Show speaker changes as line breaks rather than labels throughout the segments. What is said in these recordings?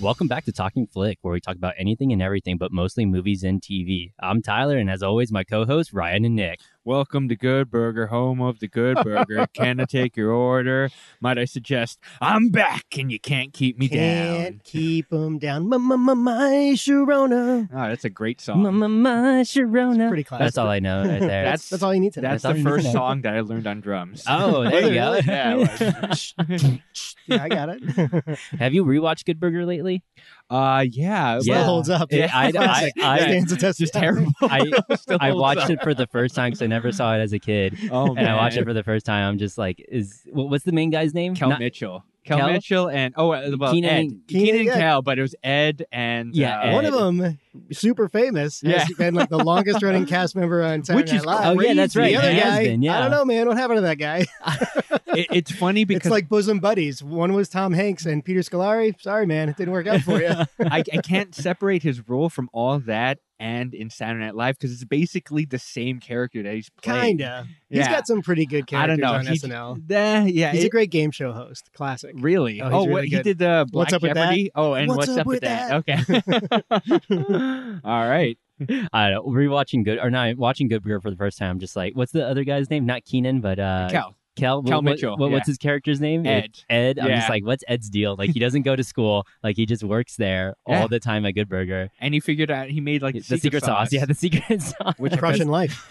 Welcome back to Talking Flick, where we talk about anything and everything, but mostly movies and TV. I'm Tyler, and as always, my co hosts, Ryan and Nick.
Welcome to Good Burger, home of the Good Burger. Can I take your order? Might I suggest I'm back and you can't keep me
Can't keep 'em down. My, my, my, my Sharona.
down. Oh, that's a great song.
Mama, my
It's
Sharona.
pretty classic.
That's all I know right there.
That's-
That's, that's all you need to know.
that's
all
the
you
first
know.
song that I learned on drums.
Oh, there you go.
Yeah, it was.
yeah, I got it.
Have you rewatched Good Burger lately?
uh, yeah.
Still
Yeah.
well,
holds up.
Yeah, I-
Classic.
I- I-
stands the test.
just
of time.
terrible.
I
Still
I
holds
watched
up.
it for the first time because I never saw it as a kid.
Oh,
And
man.
I watched it for the first time. I'm just like, is what- what's the main guy's name?
Kel
Not-
Mitchell. Kel,
Kel?
Mitchell and oh, uh, well,
Keenan-
Ed.
Keenan,
Keenan, and
yeah.
Kel, but it was Ed and
Yeah,
uh,
Ed.
One of them, super famous, has been like the longest running cast member on Saturday
Which is
Night Live.
Oh, yeah, that's right.
The other
It has
guy,
been, yeah.
I don't know, man. What happened to that guy?
It, it's funny because
It's like bosom buddies. One was Tom Hanks and Peter Scolari. Sorry, man, it didn't work out for you.
I, I can't separate his role from all that and in Saturday Night Live because it's basically the same character that he's playing.
Kinda. He's
Yeah.
got some pretty good
I
characters
don't know.
on
He-
SNL.
Nah, yeah.
He's a
it-
great game show host. Classic.
really?
Oh,
Oh,
he's
what,
really
he
good.
did the Black
What's Up With That?
Jeopardy. Oh, and
What's
what's,
Up
up,
With
with that? Okay. all right.
I don't know. Rewatching Good or not watching Good Burger for the first time. I'm just like, what's the other guy's name? Not Keenan, but uh,
Cal,
Kel,
Kel
what-
Mitchell,
what- What's
yeah.
his character's name?
Eh,
Ed.
Ed. I'm
Yeah.
just like, what's Ed's deal? Like, he doesn't go to school. Like, he just works there
Yeah.
all the time at Good Burger.
And he figured out he made like
the secret, sauce. Yeah, the secret sauce.
Which I
Crushing life.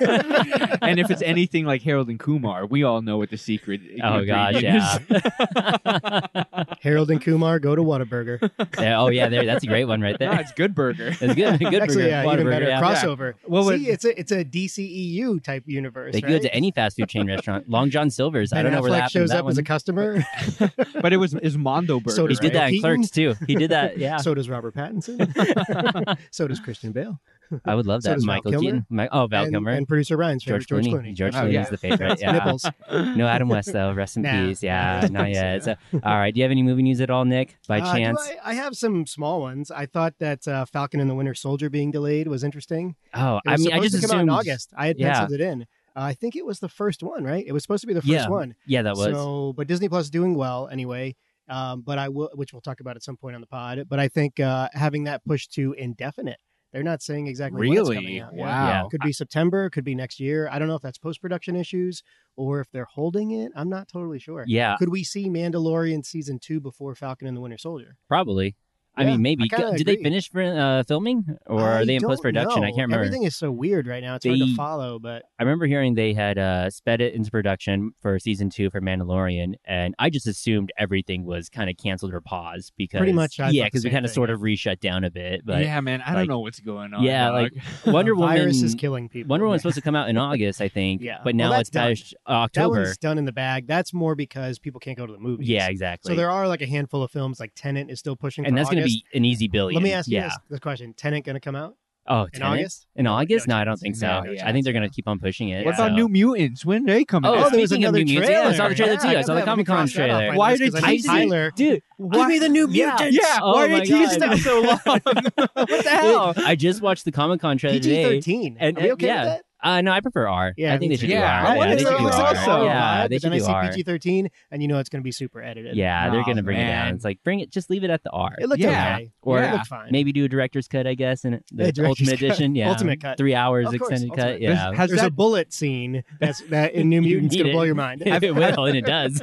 bet- and if it's anything like Harold and Kumar, we all know what the secret.
Oh gosh,
ingredient
yeah.
is.
Harold and Kumar go to Whataburger.
Yeah, Oh yeah, there. That's a great one right
No,
there.
it's good burger.
It's good. Good
Actually,
burger.
yeah,
Whataburger,
even better
yeah.
crossover.
Well, what-
See, it's a it's a DCEU type universe.
They can go
right?
to any fast food chain restaurant. Long John Silver's. I
Ben
don't know where
Affleck
that happened.
shows
that
up
one.
as a customer.
but it was is Mondo burger.
So
he
does
right?
did that in
Keaton.
Clerks too. He did that. Yeah,
So does Robert Pattinson. so does Christian Bale.
I would love
so
that.
does Val
Michael
Kilmer.
Keaton. Mi- oh, Val
and,
Kilmer.
and producer Ryan's favorite,
George
George
Clooney.
Clooney.
George
Oh,
Clooney
yeah.
is the favorite. Yeah.
Nipples.
No Adam West though. Rest in
Nah.
peace. Yeah,
Nah.
not yet. So, all right. Do you have any movie news at all, Nick? By
Uh, do
chance?
I, I have some small ones. I thought that uh, Falcon and the Winter Soldier being delayed was interesting.
oh,
It
I
was
mean, I
supposed
just
to come out in
assumed.
August. I had
Yeah.
penciled it in. Uh, I think it was the first one, right? It was supposed to be the first
Yeah,
one.
Yeah, that was.
So, but Disney Plus is doing well anyway. Um, but I will, which we'll talk about at some point on the pod. But I think uh, having that pushed to indefinite, they're not saying exactly when it's coming
Really?
out. Yeah.
Wow.
Could be September, could be next year. I don't know if that's post production issues or if they're holding it. I'm not totally sure.
yeah,
Could we see Mandalorian season two before Falcon and the Winter Soldier?
probably. I
Yeah,
mean, maybe.
I kinda
Did they
agree.
finish uh, filming, or
I
are they in
don't
post production? I
know.
can't remember.
Everything is so weird right now. It's hard
They-
to follow, but
I remember hearing they had uh, sped it into production for season two for Mandalorian, and I just assumed everything was kind of canceled or paused because
much,
yeah,
I thought the
because we
same
kind of
thing,
sort
yeah.
of reshut down a bit. But
yeah, man, I
like-
don't know what's going on.
Yeah,
dog.
like, Wonder
the virus is
Woman,
killing people.
Wonder Woman's supposed to come out in August, I think.
Yeah.
but now
Well, that's
it's pushed
that
October.
one's done in the bag. That's more because people can't go to the movies.
Yeah, exactly.
So there are like a handful of films like Tenant is still pushing,
and
for
that's going to
August.
be an easy billion.
Let me ask you
yeah.
this, this question: Tenant going to come out
Oh,
in
Tenet?
August?
In August?
no
No, I don't
chance.
think so.
No, yeah,
I think they're
so-
going to keep on pushing it.
what about
so-
New Mutants? When they come
Oh,
out?
there was
speaking of
another
New Mutants, yeah, I
trailer.
saw the trailer
Yeah,
too. I
can't
saw the
believe I haven't
Comic-Con
crossed that off
trailer.
my
Why
list
did
'cause I need
Tyson-
Tyler?
dude?
Give me the new
Yeah.
mutants.
Yeah,
Oh
why
my
are you teasing
God.
us so long? what the hell?
Dude, I just watched the Comic Con trailer
PG
today.
thirteen. Are
And-
we okay
yeah.
with that?
Uh, no, I prefer R.
Yeah,
I think
me
they should
too.
do
Yeah,
R.
I
yeah,
wanted
they
to
should
know
do
this
R.
also.
Yeah,
But
they should
then I
do
see
R.
PG thirteen, and you know it's going to be super edited.
Yeah, they're
Aw,
gonna bring it down.
man.
It's like bring it, just leave it at the R.
it looked
Yeah.
okay.
Or-
it looked fine.
Maybe do a director's cut, I guess, and the
Yeah, director's
ultimate
cut.
edition. Yeah,
Ultimate cut.
three hours
Of course,
extended cut.
ultimate.
Yeah,
Has
There's a
that,
bullet scene that's that in New
You
Mutants
need
going to
it.
blow your mind.
it will, and it does.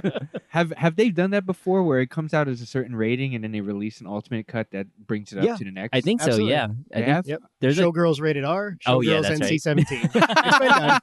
have have they done that before, where it comes out as a certain rating and then they release an ultimate cut that brings it up
Yeah.
to the next?
I think so.
Absolutely.
Yeah, I
They
think
have?
Yep.
there's a
Showgirls rated R. Showgirls
Oh, yeah, that's right.
NC seventeen. It's been done.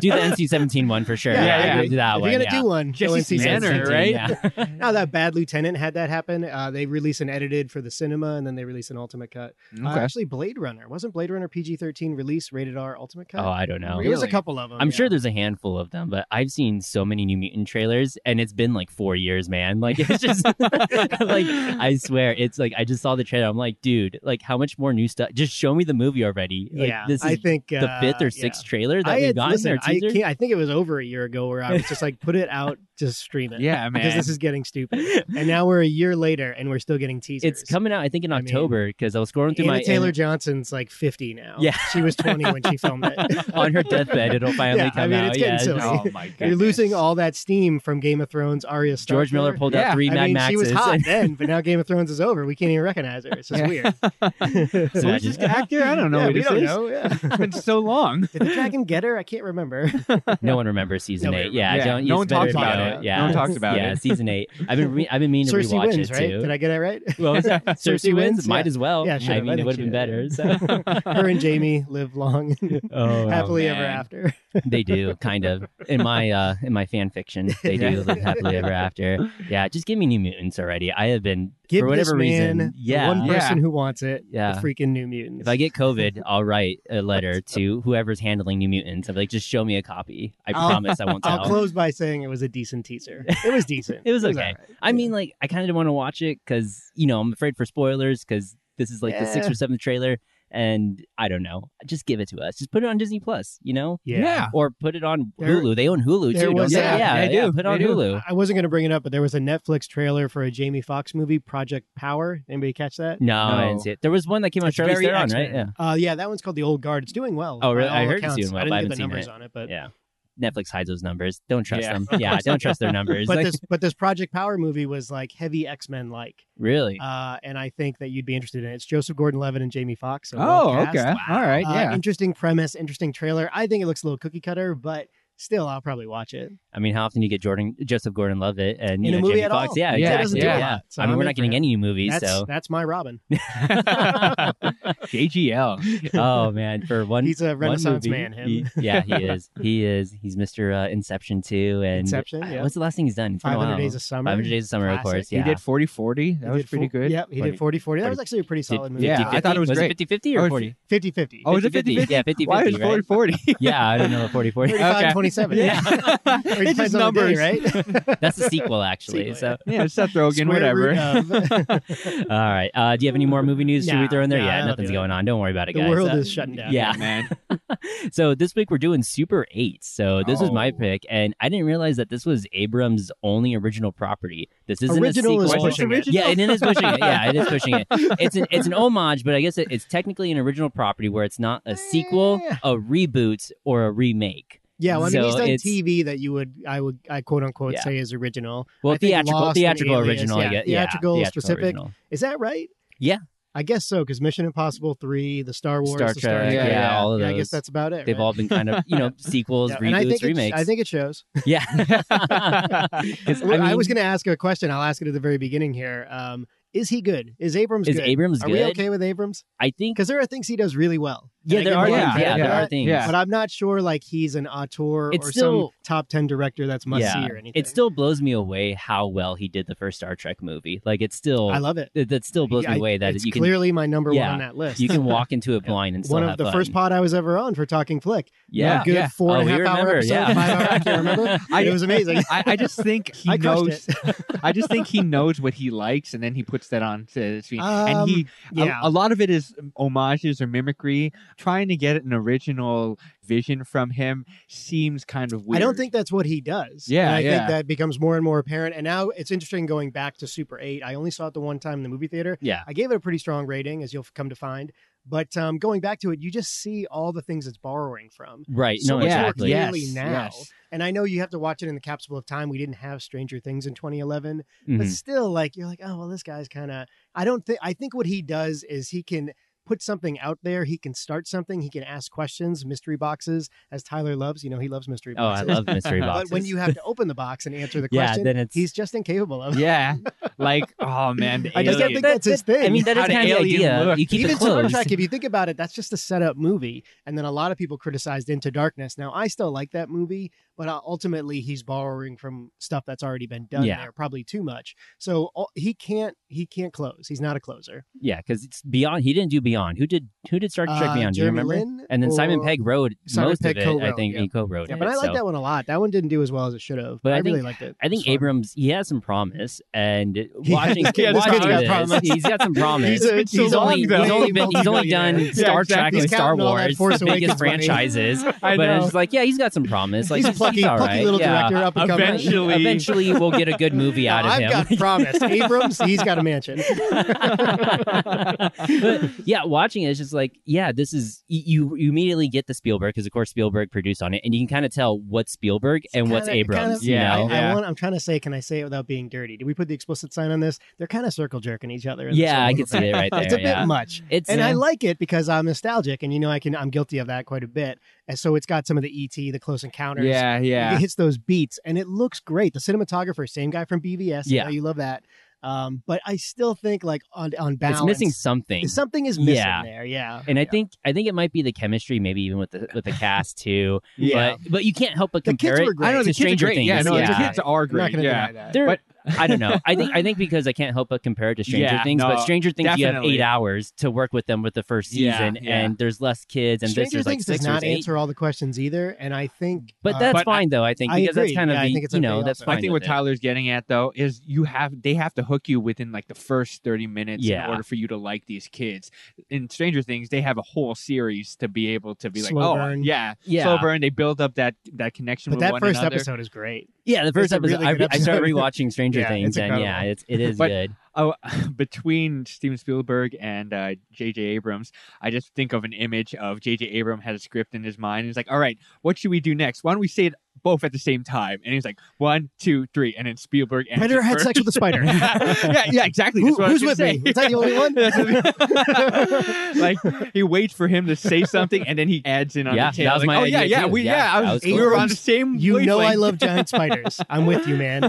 do the NC-17 one for sure.
Yeah,
Yeah,
yeah,
I
yeah.
can do that
if
one.
you're gonna
yeah.
do one, go
Jesse
NC-17.
Manor,
NC-17,
right?
yeah.
Now that Bad Lieutenant had that happen. Uh, they release an edited for the cinema, and then they release an ultimate cut. Uh,
Mm, Okay.
actually, Blade Runner wasn't Blade Runner PG-13 release rated R ultimate cut.
Oh, I don't know.
There was a
really?
couple of them.
I'm
Oh, yeah.
sure there's a handful of them, but I've seen so many New Mutant trailers, and it's been like four years, man. Like it's just like I swear, it's like I just saw the trailer. I'm like, dude, like how much more new stuff? Just show me the movie already. Like,
yeah,
this is
I think
the
uh,
fifth or
yeah.
sixth trailer that
I
we've
had
gotten.
listen,
or
I,
teaser?
can't, I think it was over a year ago where I was just like, put it out just stream it.
Yeah, man.
because this is getting stupid. And now we're a year later, and we're still getting
it's
teasers.
coming out, I think, in
I mean,
October because I, was scrolling through
Anna
my
Taylor Johnson's like 50 now.
Yeah.
she was 20 when she filmed it.
on her deathbed. It'll finally
Yeah, I
come
mean,
out.
it's
yeah,
getting silly.
oh my god,
You're losing all that steam from Game of Thrones. Arya Stark.
George Miller pulled
Yeah,
out three
I
Mad
mean,
Maxes.
she was hot then, but now Game of Thrones is over. We can't even recognize her. It's just
Yeah.
weird.
So I
Who's
just-
this actor? I don't know.
yeah,
who
we
this
don't
is.
know. Yeah.
It's been so long.
Did the dragon get her? I can't remember.
no one remembers season
Nobody
eight. Yeah,
remembers. Yeah,
don't,
no
it's
one
better
talks
to
about
know
it. No one talks about
yeah,
it.
season eight. I've been re- I've been meaning to
Cersei
rewatch
wins,
it
right?
too.
Did I get it right?
Well, was that?
Cersei
Cersei,
wins?
wins.
Yeah.
Might as well.
Yeah, sure,
I
why
mean, it would have
didn't
been better.
you?
So.
Her and Jamie live long,
oh,
happily ever
man.
after.
they do kind of in my uh in my fan fiction. They do
Yeah.
live happily ever after. Yeah, just give me New Mutants already. I have been
Give
for whatever
this
reason.
man the
Yeah,
one
Yeah.
person who wants it.
Yeah.
the freaking New Mutants.
If I get COVID, I'll write a letter to whoever's handling New Mutants. I'm like, just show me a copy. I
I'll-
promise I won't
Oh. I'll
tell.
close by saying it was a decent teaser. It was decent.
It was okay.
alright.
I mean, like, I kind of want to watch it because you know I'm afraid for spoilers because this is like the sixth
Yeah.
or seventh trailer, and I don't know. Just give it to us. Just put it on Disney Plus. You know.
Yeah.
Or put it on
There-
Hulu. They own Hulu
there
too.
was
don't
a-
they? yeah,
they
yeah,
do.
Put it on
They do.
Hulu.
I wasn't going to bring it up, but there was a Netflix trailer for a Jamie Foxx movie, Project Power. Anybody catch that?
No, I
No.
didn't see it. There was one that came out
It's
Oh, Charlize
very
Theron, right? Yeah.
X-Men. Uh, yeah, that one's called The Old Guard. It's doing well.
Oh,
by
really? I
all
heard it's
accounts.
doing well,
I didn't
but I
get the
haven't seen
numbers
it.
on it, but
Yeah. Netflix hides those numbers. Don't trust
Yeah.
them. Yeah, don't trust their numbers.
but
Like,
this but this Project Power movie was like heavy X Men like,
really?
uh, and I think that you'd be interested in it. It's Joseph Gordon Levitt and Jamie Foxx. so well
Oh,
cast.
okay. All right.
Uh,
Yeah.
Interesting premise, interesting trailer. I think it looks a little cookie cutter, but still, I'll probably watch it.
I mean, how often do you get Jordan Joseph Gordon Levitt and you
In a
know,
movie
Jamie
at
Foxx?
all.
Yeah,
Yeah,
That
exactly.
doesn't do
yeah.
a lot, so
I mean,
I'm
we're
in
not
for
getting
it.
any new movies,
That's,
so
that's my Robin.
JGL.
oh man, for one,
He's a
one
Renaissance
movie,
man. Him.
he- yeah, he is. He is. He's Mister uh, Inception too, and
Inception,
uh,
yeah.
what's the last thing he's done? It's been a
500
while.
Days of Summer.
500 Days of Summer, of
Classic.
course.
He
Yeah.
did 40 40.
He
That was
did
pretty
fo-
good.
Yep, he did 40 40. That was actually a pretty
Did
solid movie.
yeah, I
50-50?
thought it was great.
50 50 or
Oh,
40?
50 50.
Oh, is
50-50?
it 50 50?
Yeah, 50
Why is
50.
40 40?
Yeah, I don't know. 40 40.
35
Okay.
27.
Yeah.
Or it
it's
depends
just
on the day,
numbers.
right?
That's a sequel, actually. so,
Yeah, Seth Rogen,
Square
whatever.
root of-
all right. Uh, do you have any more movie news? Should
Nah,
we throw in there?
nah,
yeah,
that'll
nothing's
do it.
going on. Don't worry about it,
The
guys.
world
Uh,
is shutting down.
Yeah.
man.
so this week we're doing Super 8. So this was my
Oh.
pick, and I didn't realize that this was Abrams' only original property. This isn't
Original
a
is
sequel.
pushing it.
yeah, it is pushing it. Yeah, it is pushing it. It's an, it's an homage, but I guess it, it's technically an original property where it's not a sequel,
Yeah.
a reboot, or a remake.
Yeah, well, I mean,
So
he's done
it's-
TV that you would, I would, I quote unquote
Yeah.
say is original.
Well,
I think Lost
theatrical,
and
theatrical
Alias,
original.
yeah.
I guess.
Theatrical,
yeah,
specific.
original.
Is that right?
Yeah.
I guess so, because Mission Impossible 3, the Star Wars,
Star
the Star
Trek.
Trek,
Yeah,
yeah.
all of
Yeah,
those.
I guess that's about it.
They've
right?
all been kind of, you know, sequels,
Yeah, and I think
reboots,
it-
remakes.
I think it shows.
yeah. 'Cause,
I, was going to ask a question. I'll ask it at the very beginning here. Um, is he good? Is Abrams
is
good?
Abrams
are
good?
we okay with Abrams?
I think.
Because there are things he does really well. And
Yeah,
I
there
give
are.
him
things.
credit
Yeah,
for
there are
that,
things.
Yeah.
But I'm not sure like he's an auteur
It's
or
still-
some top ten director that's must see
Yeah.
or anything.
It still blows me away how well he did the first Star Trek movie. Like it's still
I love it.
it- that still blows
I-
me away that
it's
you can
clearly my number one
Yeah.
on that list.
you can walk into it blind and still
one of
have
the
fun.
first pod I was ever on for talking flick.
yeah.
a good
yeah.
four
Oh,
and a half
we
hour
remember,
episode,
yeah.
five hour episode. Remember?
I-
it was amazing.
I, I just think he
I crushed
knows. I just think he knows what he likes, and then he puts that on to the screen.
Um,
and he, a-
yeah.
a, lot of it is homages or mimicry. Trying to get an original vision from him seems kind of weird.
I don't think that's what he does.
Yeah,
and I
yeah.
think that becomes more and more apparent. And now it's interesting going back to Super Eight. I only saw it the one time in the movie theater.
Yeah.
I gave it a pretty strong rating, as you'll come to find. But um, going back to it, you just see all the things it's borrowing from.
Right. no,
So much more
exactly.
clearly now. And I know you have to watch it in the capsule of time. We didn't have Stranger Things in 2011, but
Mhm.
still, like you're like, oh well, this guy's kind of. I don't think. I think what he does is he can put something out there. He can start something. He can ask questions, mystery boxes, as Tyler loves. You know, he loves mystery
Oh, I
boxes.
love mystery
But
boxes.
But when you have to open the box and answer the
Yeah,
question,
then it's-
he's just incapable of. it.
Yeah, like oh man, the
I just don't
alien.
think that's his thing.
I mean, that is
How the
kind of the
alien
idea.
look.
You keep
Even
it closed.
Star Trek, if you think about it, that's just a setup movie. And then a lot of people criticized Into Darkness. Now, I still like that movie, but uh, ultimately he's borrowing from stuff that's already been done
Yeah.
there, probably too much. So uh, he can't, he can't close. He's not a closer.
Yeah, because it's Beyond. He didn't do Beyond. Who did Who did Star Trek
Uh,
Beyond? Do you
Jeremy
remember?
Lin
and then Simon
or-
Pegg wrote
Simon
most
Pegg
of it, I
co-wrote,
think.
yeah.
He co-wrote
Yeah,
it.
but I like
so-
that one a lot. That one didn't do as well as it should have.
But I
really
think-
liked it.
I think
It was fun.
Abrams he has some promise, and
He
watching,
has- he has
watching
got
this,
promise.
he's got some promise.
He's a-
He's
he's a
only
long
he's only
time
been he's only done
multi-millionaire.
Star
Yeah,
Trek
exactly.
and
He's
Star
counting all that
Wars,
Force
the biggest
Awakens money.
franchises.
I
but
know.
it's like, yeah, he's got some promise. Like
he's a
he's,
plucky,
all
plucky
right.
little
yeah.
director up and coming.
Eventually-
Eventually, we'll get a good movie out
No,
of
I've
him.
got promise. Abrams, he's got a mansion.
But, yeah, watching it, it's just like, yeah, this is y- you. You immediately get the Spielberg because, of course, Spielberg produced on it, and you can kind of tell what's Spielberg and what's
Kinda-
Abrams.
kinda-
you
Yeah,
know?
I, I
yeah.
want, I'm trying to say, can I say it without being dirty? Did we put the explicit sign on this? They're kind of circle jerking each other. in this
yeah,
one a
I
little
can see
bit.
it right there.
It's a bit
yeah.
much,
It's
and I
uh,
like it because I'm nostalgic, and you know I can. I'm guilty of that quite a bit, and so it's got some of the ET, the Close Encounters.
Yeah,
it
yeah.
hits those beats, and it looks great. The cinematographer, same guy from BVS. I
Yeah.
know you love that. Um, but I still think like on on balance,
it's missing something.
Something is missing
Yeah.
there. Yeah,
and I think I think it might be the chemistry, maybe even with the with the cast too.
Yeah.
But but you can't help but
The kids
compare
were
it
great.
I know the
to
kids are
Stranger
great.
Things.
Yeah, no,
yeah.
the kids are
I'm not
great.
gonna
Yeah,
deny that.
They're-
But-
I don't know. I think I think because I can't help but compare it to Stranger
Yeah,
Things, but
no,
Stranger Things you have
definitely.
eight hours to work with them with the first
Yeah,
season,
yeah.
and there's less kids, and
Stranger
this is like
Things
six
does
or
not
eight.
answer all the questions either, and I think.
But
uh,
that's
But I-
fine though. I think
I
because
agree.
that's kind of
Yeah, I
the
think it's
you
okay
know
also.
that's
I
fine.
I think
with
what
it.
Tyler's getting at though is you have they have to hook you within like the first 30 minutes
Yeah.
in order for you to like these kids. In Stranger Things, they have a whole series to be able to be like,
Slow
oh
burn.
yeah,
Yeah.
slow burn. They build up that that connection
but
with
that
one
first
another.
episode is great.
yeah, the first
a
episode,
really
I,
good
I started
episode.
rewatching Stranger
Yeah,
Things,
it's
and yeah,
incredible.
it's it is
But-
good.
Oh, between Steven Spielberg and uh, J.J. Abrams, I just think of an image of J.J. Abrams had a script in his mind. And he's like, all right, what should we do next? Why don't we say it both at the same time? And he's like, one, two, three. And then Spielberg and
Predator had sex with a spider.
yeah, yeah, exactly.
Who-
That's what I was
who's with
gonna
me?
say.
Is that the only one?
like he waits for him to say something, and then he adds in on
Yeah,
the tail.
that was
like,
my
oh yeah,
idea
yeah,
too.
we
Yeah,
yeah, I
that
was,
was
we were
cool.
on the same.
You know I
wavelength.
love giant spiders. I'm with you, man.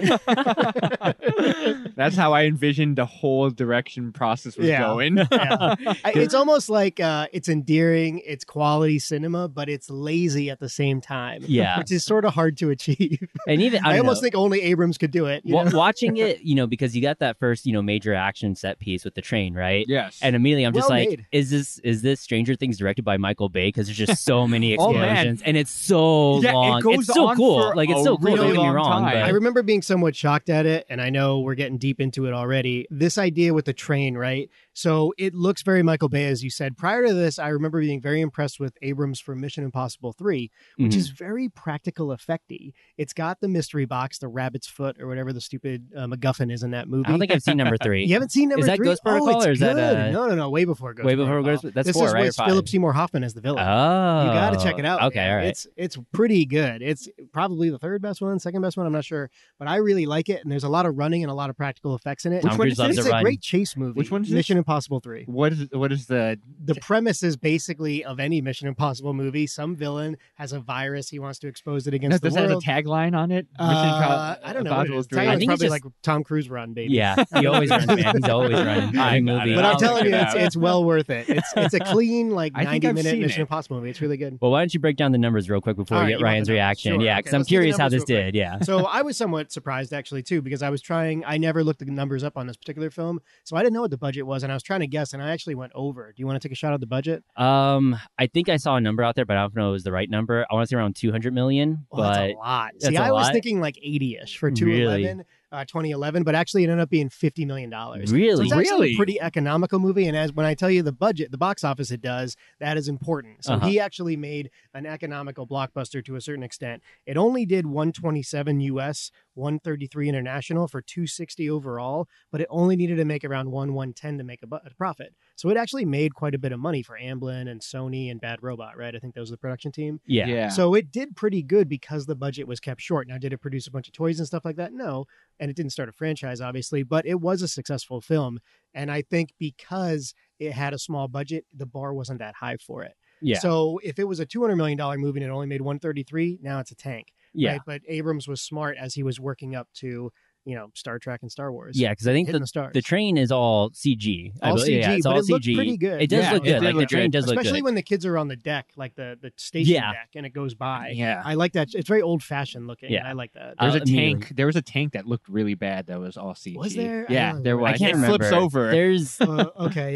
That's how I envisioned the whole direction process was
Yeah.
going.
Yeah. I- it's almost like uh, it's endearing, it's quality cinema, but it's lazy at the same time.
Yeah.
which is sort of hard to achieve.
And even I,
I,
don't
almost
know.
think only Abrams could do it. you
Wa-
know?
watching it, you know, because you got that first, you know, major action set piece with the train, right?
Yes,
And immediately I'm just
Well
like,
made.
is this is this Stranger Things directed by Michael Bay? Because there's just so many
Oh, man.
explosions, and it's so
Yeah, it
long.
goes
it's so
on
cool.
for
Like it's
a
so cool.
really
don't get me
long
wrong.
time.
But
I remember being somewhat shocked at it, and I know we're getting deep into it already. This idea with the train, right? So it looks very Michael Bay, as you said. Prior to this, I remember being very impressed with Abrams for Mission Impossible 3, which
Mhm.
is very practical effecty. It's got the mystery box, the rabbit's foot, or whatever the stupid uh, MacGuffin is in that movie.
I don't think I've seen number three.
you haven't seen number
that
three?
Ghost Protocol
oh, it's
or is that,
good.
uh,
no, no, no, way before Ghost
Way before
Protocol.
Ghost- that's
this
four,
is
right? Or
with
five?
Philip Seymour Hoffman as the
Oh,
villain.
you
You got to check it out.
Okay,
man.
all right.
It's it's pretty good. It's probably the third best one, second best one. I'm not sure, but I really like it. And there's a lot of running and a lot of practical effects in it.
Tom
Which one
Cruise
is
loves
this?
to
it's a
run.
great chase movie.
Which one is this?
Mission Impossible Three?
what is what is the
The premise is basically of any Mission Impossible movie: some villain has a virus, he wants to expose it
No,
against
does
the
that have a
world.
tagline on it? Mission
Uh,
Impo-
I don't know. what it
Impossible
is.
Three.
I
Tagline
think
is
it's
probably
just-
like Tom Cruise run, baby.
Yeah, he always runs, man. He's always running.
I
Any
got
movie.
it.
But
I'll
I'm
look
telling
it
you, it's,
up.
it's well worth it. It's it's a clean like
I think
90
I've
minute
seen
Mission
it.
Impossible movie. It's really good.
Well, why don't you break down the numbers real quick before
All
we
right,
get
you want the
Ryan's
numbers.
reaction?
Sure.
Yeah, because
Okay,
I'm
let's do the
curious how
numbers
this
real quick.
did. Yeah.
so I was somewhat surprised actually too because I was trying. I never looked at the numbers up on this particular film, so I didn't know what the budget was, and I was trying to guess, and I actually went over. Do you want to take a shot at the budget?
Um, I think I saw a number out there, but I don't know if it was the right number. I want to say around 200 million,
Well,
but
that's a lot.
that's
See,
a
I was
lot.
thinking like eighty-ish for two eleven, uh, 2011, but actually it ended up being fifty million dollars. So
really,
it's actually
Really?
a pretty economical movie, and as when I tell you the budget, the box office it does, that is important. So
Uh-huh.
he actually made an economical blockbuster to a certain extent. It only did 127 US, 133 international for 260 overall, but it only needed to make around one 110 to make a, bu- a profit. So it actually made quite a bit of money for Amblin and Sony and Bad Robot, right? I think that was the production team.
yeah.
So it did pretty good because the budget was kept short. Now, did it produce a bunch of toys and stuff like that? No. And it didn't start a franchise, obviously, but it was a successful film. And I think because it had a small budget, the bar wasn't that high for it.
Yeah.
So if it was a $200 million movie and it only made 133, now it's a tank.
yeah.
Right? But Abrams was smart as he was working up to you know Star Trek and Star Wars.
Yeah, because I think
hitting the,
the,
stars.
the train is all CG. I
all
believe-
CG,
yeah, it's
but
all
it looked
CG.
pretty good.
It does
Yeah,
look
it
good.
did
Like the
look
train
good.
does look
especially
good.
when the kids are on the deck, like the the station
Yeah.
deck, and it goes by.
Yeah.
I like that. It's very old fashioned looking.
Yeah. Uh,
I like that.
I-
There's a
I'll immediately-
tank. There was a tank that looked really bad. That was all CG.
Was there? I
Yeah,
don't
there
remember.
was.
I can't
it
remember.
flips over.
There's
Uh, okay,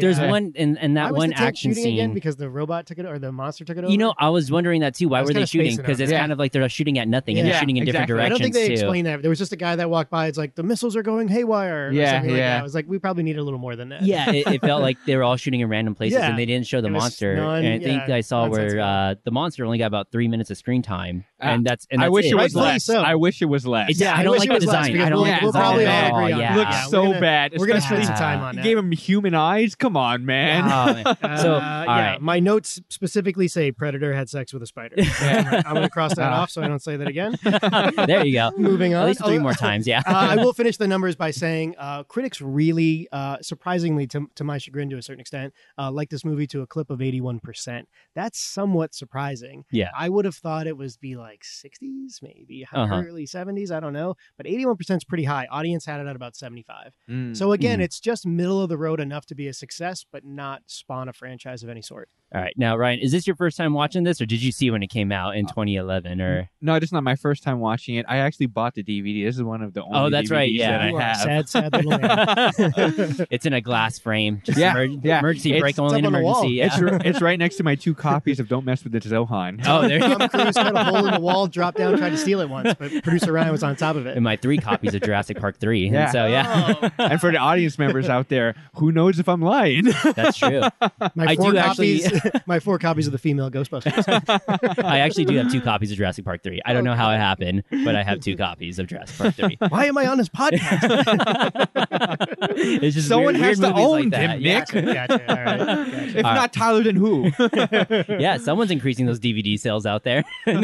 there's
yeah.
one and and
Why
that
was
one
the tank
action
shooting
scene.
again because the robot took it or the monster took it over.
you know, I was wondering that too. Why
I was
were they
kinda
shooting?
spacing
Because
out.
it's
Yeah.
kind of like they're shooting at nothing and
Yeah,
they're shooting in different
exactly.
directions
I don't think they
too.
explained that. There was just a guy that walked by. It's like the missiles are going haywire. Or
Yeah,
something Like
yeah.
that. I was like, we probably need a little more than that.
yeah, it, it felt like they were all shooting in random places
Yeah.
and they didn't show the
It was
monster.
none-
and I think
yeah,
I saw where
nonsensical.
uh, the monster only got about three minutes of screen time,
Ah,
and that's and
I
that's
wish it, was
Rightfully
less.
so.
I wish it was less.
It's- Yeah, I
I
don't
wish
like
it
the
was less
design.
because
I don't
we'll-
like the
we'll
design
probably
at
all agree on
all.
it.
Yeah.
It looks
Yeah, we're
so
gonna-
bad.
We're gonna spend
especially-
some time on
You
that.
gave him human eyes. Come on, man.
Oh, man. So,
Uh,
all
yeah,
right.
my notes specifically say predator had sex with a spider.
Yeah.
I'm going to cross
Uh.
that off so I don't say that again.
there you go.
Moving on.
At least three
Oh,
more times. Yeah.
uh, I will finish the numbers by saying uh, critics really, uh, surprisingly to, to my chagrin to a certain extent, uh, like this movie to a clip of 81%. That's somewhat surprising.
Yeah.
I would have thought it was be like 60s, maybe
Uh-huh.
early 70s. I don't know. But 81% is pretty high. Audience had it at about 75.
Mm.
So again,
Mm.
it's just middle of the road enough to be a success, but not spawn a franchise of any sort.
All right. Now, Ryan, is this your first time watching this or did you see when it came out in 2011 or
no, it's not my first time watching it. I actually bought the DVD. This is one of the only.
that's right,
DVDs
yeah.
that
You
I
are a
have.
sad, sad little man.
it's in a glass frame. Just
Yeah,
emer-
yeah.
emergency
It's-
brake
it's
only
up
an
on the wall.
emergency. Yeah.
It's r- it's right next to my two copies of Don't Mess with the Zohan.
oh, there you
Tom Cruise cut a hole in the wall, dropped down, tried to steal it once, but producer Ryan was on top of
in
it. Oh,
my three copies of Jurassic Park 3. And
Yeah.
so, yeah,
and for the audience members out there, who knows if I'm lying?
that's true. I
My four
do
copies,
actually-
my four copies of the female Ghostbusters.
I actually do have two copies of Jurassic Park 3. I don't know how it happened, but I have two copies of Jurassic Park 3.
Why am I on this podcast?
it's just
Someone
weird-
has
weird
to
movies like
own
that.
them,
Yeah.
Nick.
Gotcha, gotcha, all right, gotcha.
if not Tyler, then who?
yeah, someone's increasing those DVD sales out there. All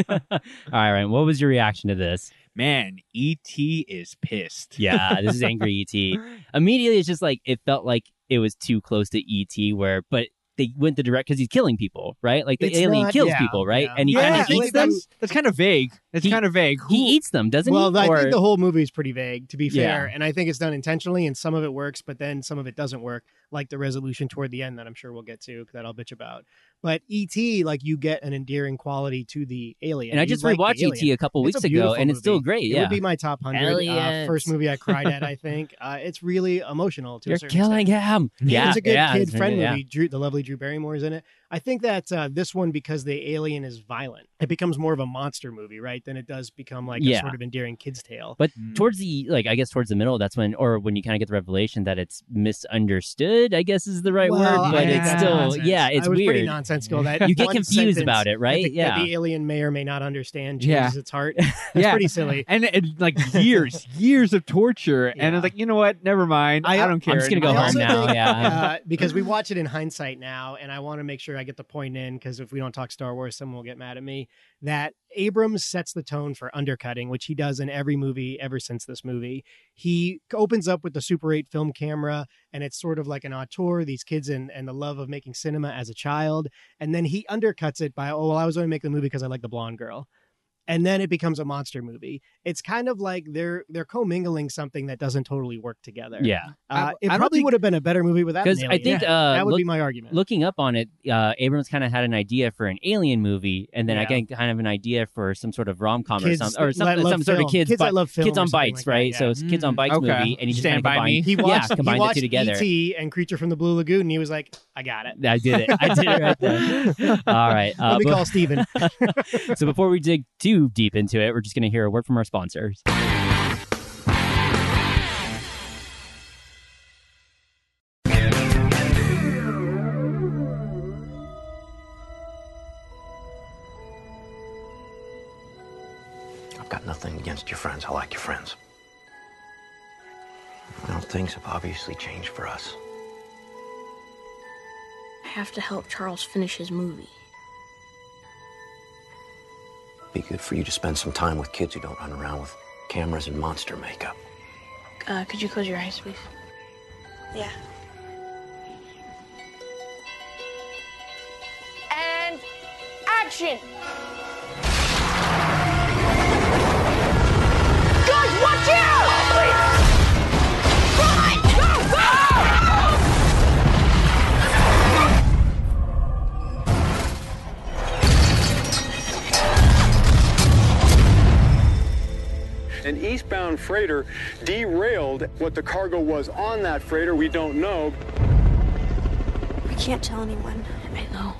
right, Ryan, what was your reaction to this?
Man, ET is pissed.
Yeah, this is angry ET. Immediately, it's just like it felt like it was too close to ET, where but they went the direct because he's killing people, right? Like the
It's
alien
not-
kills
yeah,
people, right?
yeah.
And he
Yeah,
kind
like
of eats
that-
them.
that's, that's kind of vague. That's
He-
kind of vague. Who,
He eats them, doesn't
well,
he?
I
Or-
think the whole movie is pretty vague, to be
Yeah.
fair, and I think it's done intentionally, and some of it works, but then some of it doesn't work, like the resolution toward the end that I'm sure we'll get to that I'll bitch about. But ET, like you get an endearing quality to the alien,
and I
You
just
like the
rewatched
alien.
ET a couple
It's
weeks
a
ago,
beautiful
and it's still
movie.
great.
It
Yeah,
would be my top hundred uh,
Elliot.
first movie I cried at. I think uh, it's really emotional to a
you're
certain
killing
extent.
him. Yeah,
it's a good
yeah,
kid
it's very
friend
good, yeah.
movie. Drew, the lovely Drew Barrymore is in it. I think that uh, this one because the alien is violent, it becomes more of a monster movie, right? Than it does become like a
Yeah.
sort of endearing kids tale.
But
Mm.
towards the like, I guess towards the middle, that's when, or when you kind of get the revelation that it's misunderstood. I guess is the right
Well,
word, but
I think
it's
that's
still,
nonsense.
yeah,
I
it's
was Pretty
weird.
nonsensical. That
You get
one
confused
sentence
about it, right?
that the-
yeah,
that the alien may or may not understand
Yeah.
changes its heart. It's
yeah.
pretty silly.
and, and like years, years of torture, and
Yeah.
it's like you know what? Never mind.
I-
I, don't care.
I'm just gonna go
I
anymore.
home
also
now.
think,
Yeah,
uh, because we watch it in hindsight now, and I want to make sure I get the point in because if we don't talk Star Wars, someone will get mad at me. That Abrams sets the tone for undercutting, which he does in every movie ever since this movie. He opens up with the Super 8 film camera, and it's sort of like an auteur, these kids and, and the love of making cinema as a child. And then he undercuts it by, oh, well, I was only making the movie because I like the blonde girl. And then it becomes a monster movie. It's kind of like they're they're commingling something that doesn't totally work together.
yeah.
Uh,
I- I
it
don't
probably
think-
would have been a better movie without.
Because
an
I
alien.
think uh,
that would
look-
be my argument.
looking up on it, uh, Abrams kind of had an idea for an alien movie, and then
Yeah.
I got kind of an idea for some sort of rom com or
Kids
something, or
that
some,
love
some sort
film.
of kids,
kids
bi-
that love film
kids
or
on
something
bikes,
like that,
right?
yeah.
So it's kids on
Mm,
bikes
okay.
movie, and he just
Stand
kind of
by
combined,
me.
he watched,
yeah, combined
he watched E
the two together.
ET and Creature from the Blue Lagoon, and he was like, "I got it."
I did it. I did it right there. All right. Uh,
Let me
but-
call Steven.
so before we dig too deep into it, we're just going to hear a word from our sponsors.
I've got nothing against your friends. I like your friends. Now, things have obviously changed for us.
I have to help Charles finish his movie.
Be good for you to spend some time with kids who don't run around with cameras and monster makeup.
Uh, could you close your eyes, please? Yeah.
and action. Guys, watch out!
freighter derailed. What the cargo was on that freighter, we don't know.
We can't tell anyone. I know.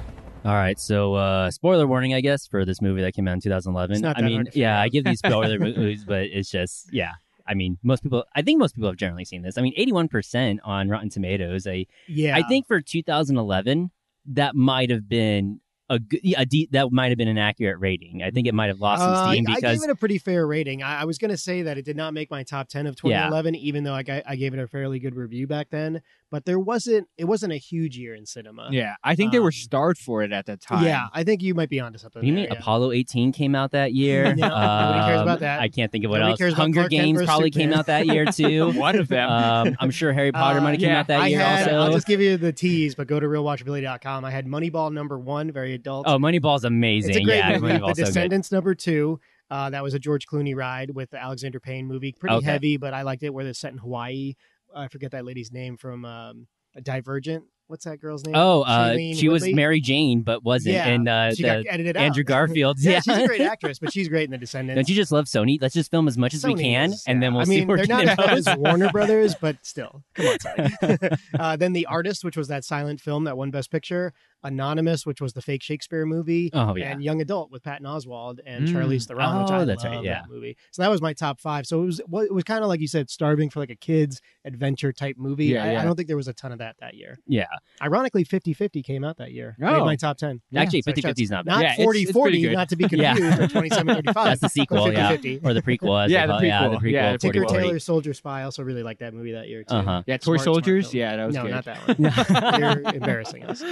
All right, so uh, spoiler warning, I guess, for this movie that came out in 2011.
It's not
I
that
mean,
hard to figure
yeah,
out.
I give these spoiler movies, but it's just, yeah. I mean, most people, I think most people have generally seen this. I mean, 81% on Rotten Tomatoes. I,
Yeah,
I think for 2011, that might have been a good, yeah, a de- that might have been an accurate rating. I think it might have lost
Uh,
some steam
I- I
because
gave it a pretty fair rating. I, I was going to say that it did not make my top ten of
Yeah.
2011, even though I, ga- I gave it a fairly good review back then. But there wasn't it wasn't a huge year in cinema.
Yeah, I think they
Um,
were starved for it at that time.
yeah. I think you might be onto something.
you
there,
mean
yeah.
Apollo 18 came out that year?
No, nobody cares about
Um,
that.
I can't think of what
Nobody
else.
cares about
Hunger
Clark Kent
Games
versus
probably came
Superman.
out that year too.
one of them.
um, I'm sure Harry Potter
Uh,
might have came
yeah,
out that
I
year
had, I'll
also.
just give you the tease, but go to realwatchability.com. I had Moneyball number one, very adult.
Oh, Moneyball's amazing.
it's a great
yeah,
movie. The
Moneyball's so good.
Descendants number two. Uh, that was a George Clooney ride with the Alexander Payne movie. Pretty
Okay.
heavy, but I liked it. Where they're set in Hawaii. I forget that lady's name from um, Divergent. What's that girl's name?
Oh, uh,
Shailene
she was
Woodley?
Mary Jane, but wasn't.
Yeah,
and uh,
she
the,
got edited out.
Andrew Garfield.
yeah,
yeah.
she's a great actress, but she's great in The
Don't
Descendants.
you just love Sony? Let's just film as much as we
Sony
can,
is,
and
yeah.
then we'll
I
see.
mean,
where
they're
it
not as
goes.
good as Warner Brothers, but still, come on, Sony. uh, then the artist, which was that silent film that won Best Picture, Anonymous, which was the fake Shakespeare movie,
Oh yeah,
and Young Adult with Patton Oswald and
Mm.
Charlize Theron, which
Oh,
I
that's
love
right, yeah.
that movie. So that was my top five. So it was well, it was kind of like you said, starving for like a kids adventure type movie.
Yeah,
I, I
yeah.
don't think there was a ton of that that year.
Yeah.
Ironically, 50-50 came out that year. Made
Oh.
my top ten.
actually,
So
50
shouts-
50 is not bad.
Not
Yeah, it's- it's
40
pretty
40,
good.
not to be
Yeah.
confused, or 27 35.
That's the sequel, yeah.
50.
or the prequel. as they
Yeah, the
call it. yeah, the
prequel. Yeah,
prequel.
the
Tinker
40.
Tailor Soldier Spy. I also really like that movie that year, too.
Uh-huh.
yeah, Toy
Smart, smart
Soldiers.
film.
yeah, that was
No,
good.
not that one. You're embarrassing us.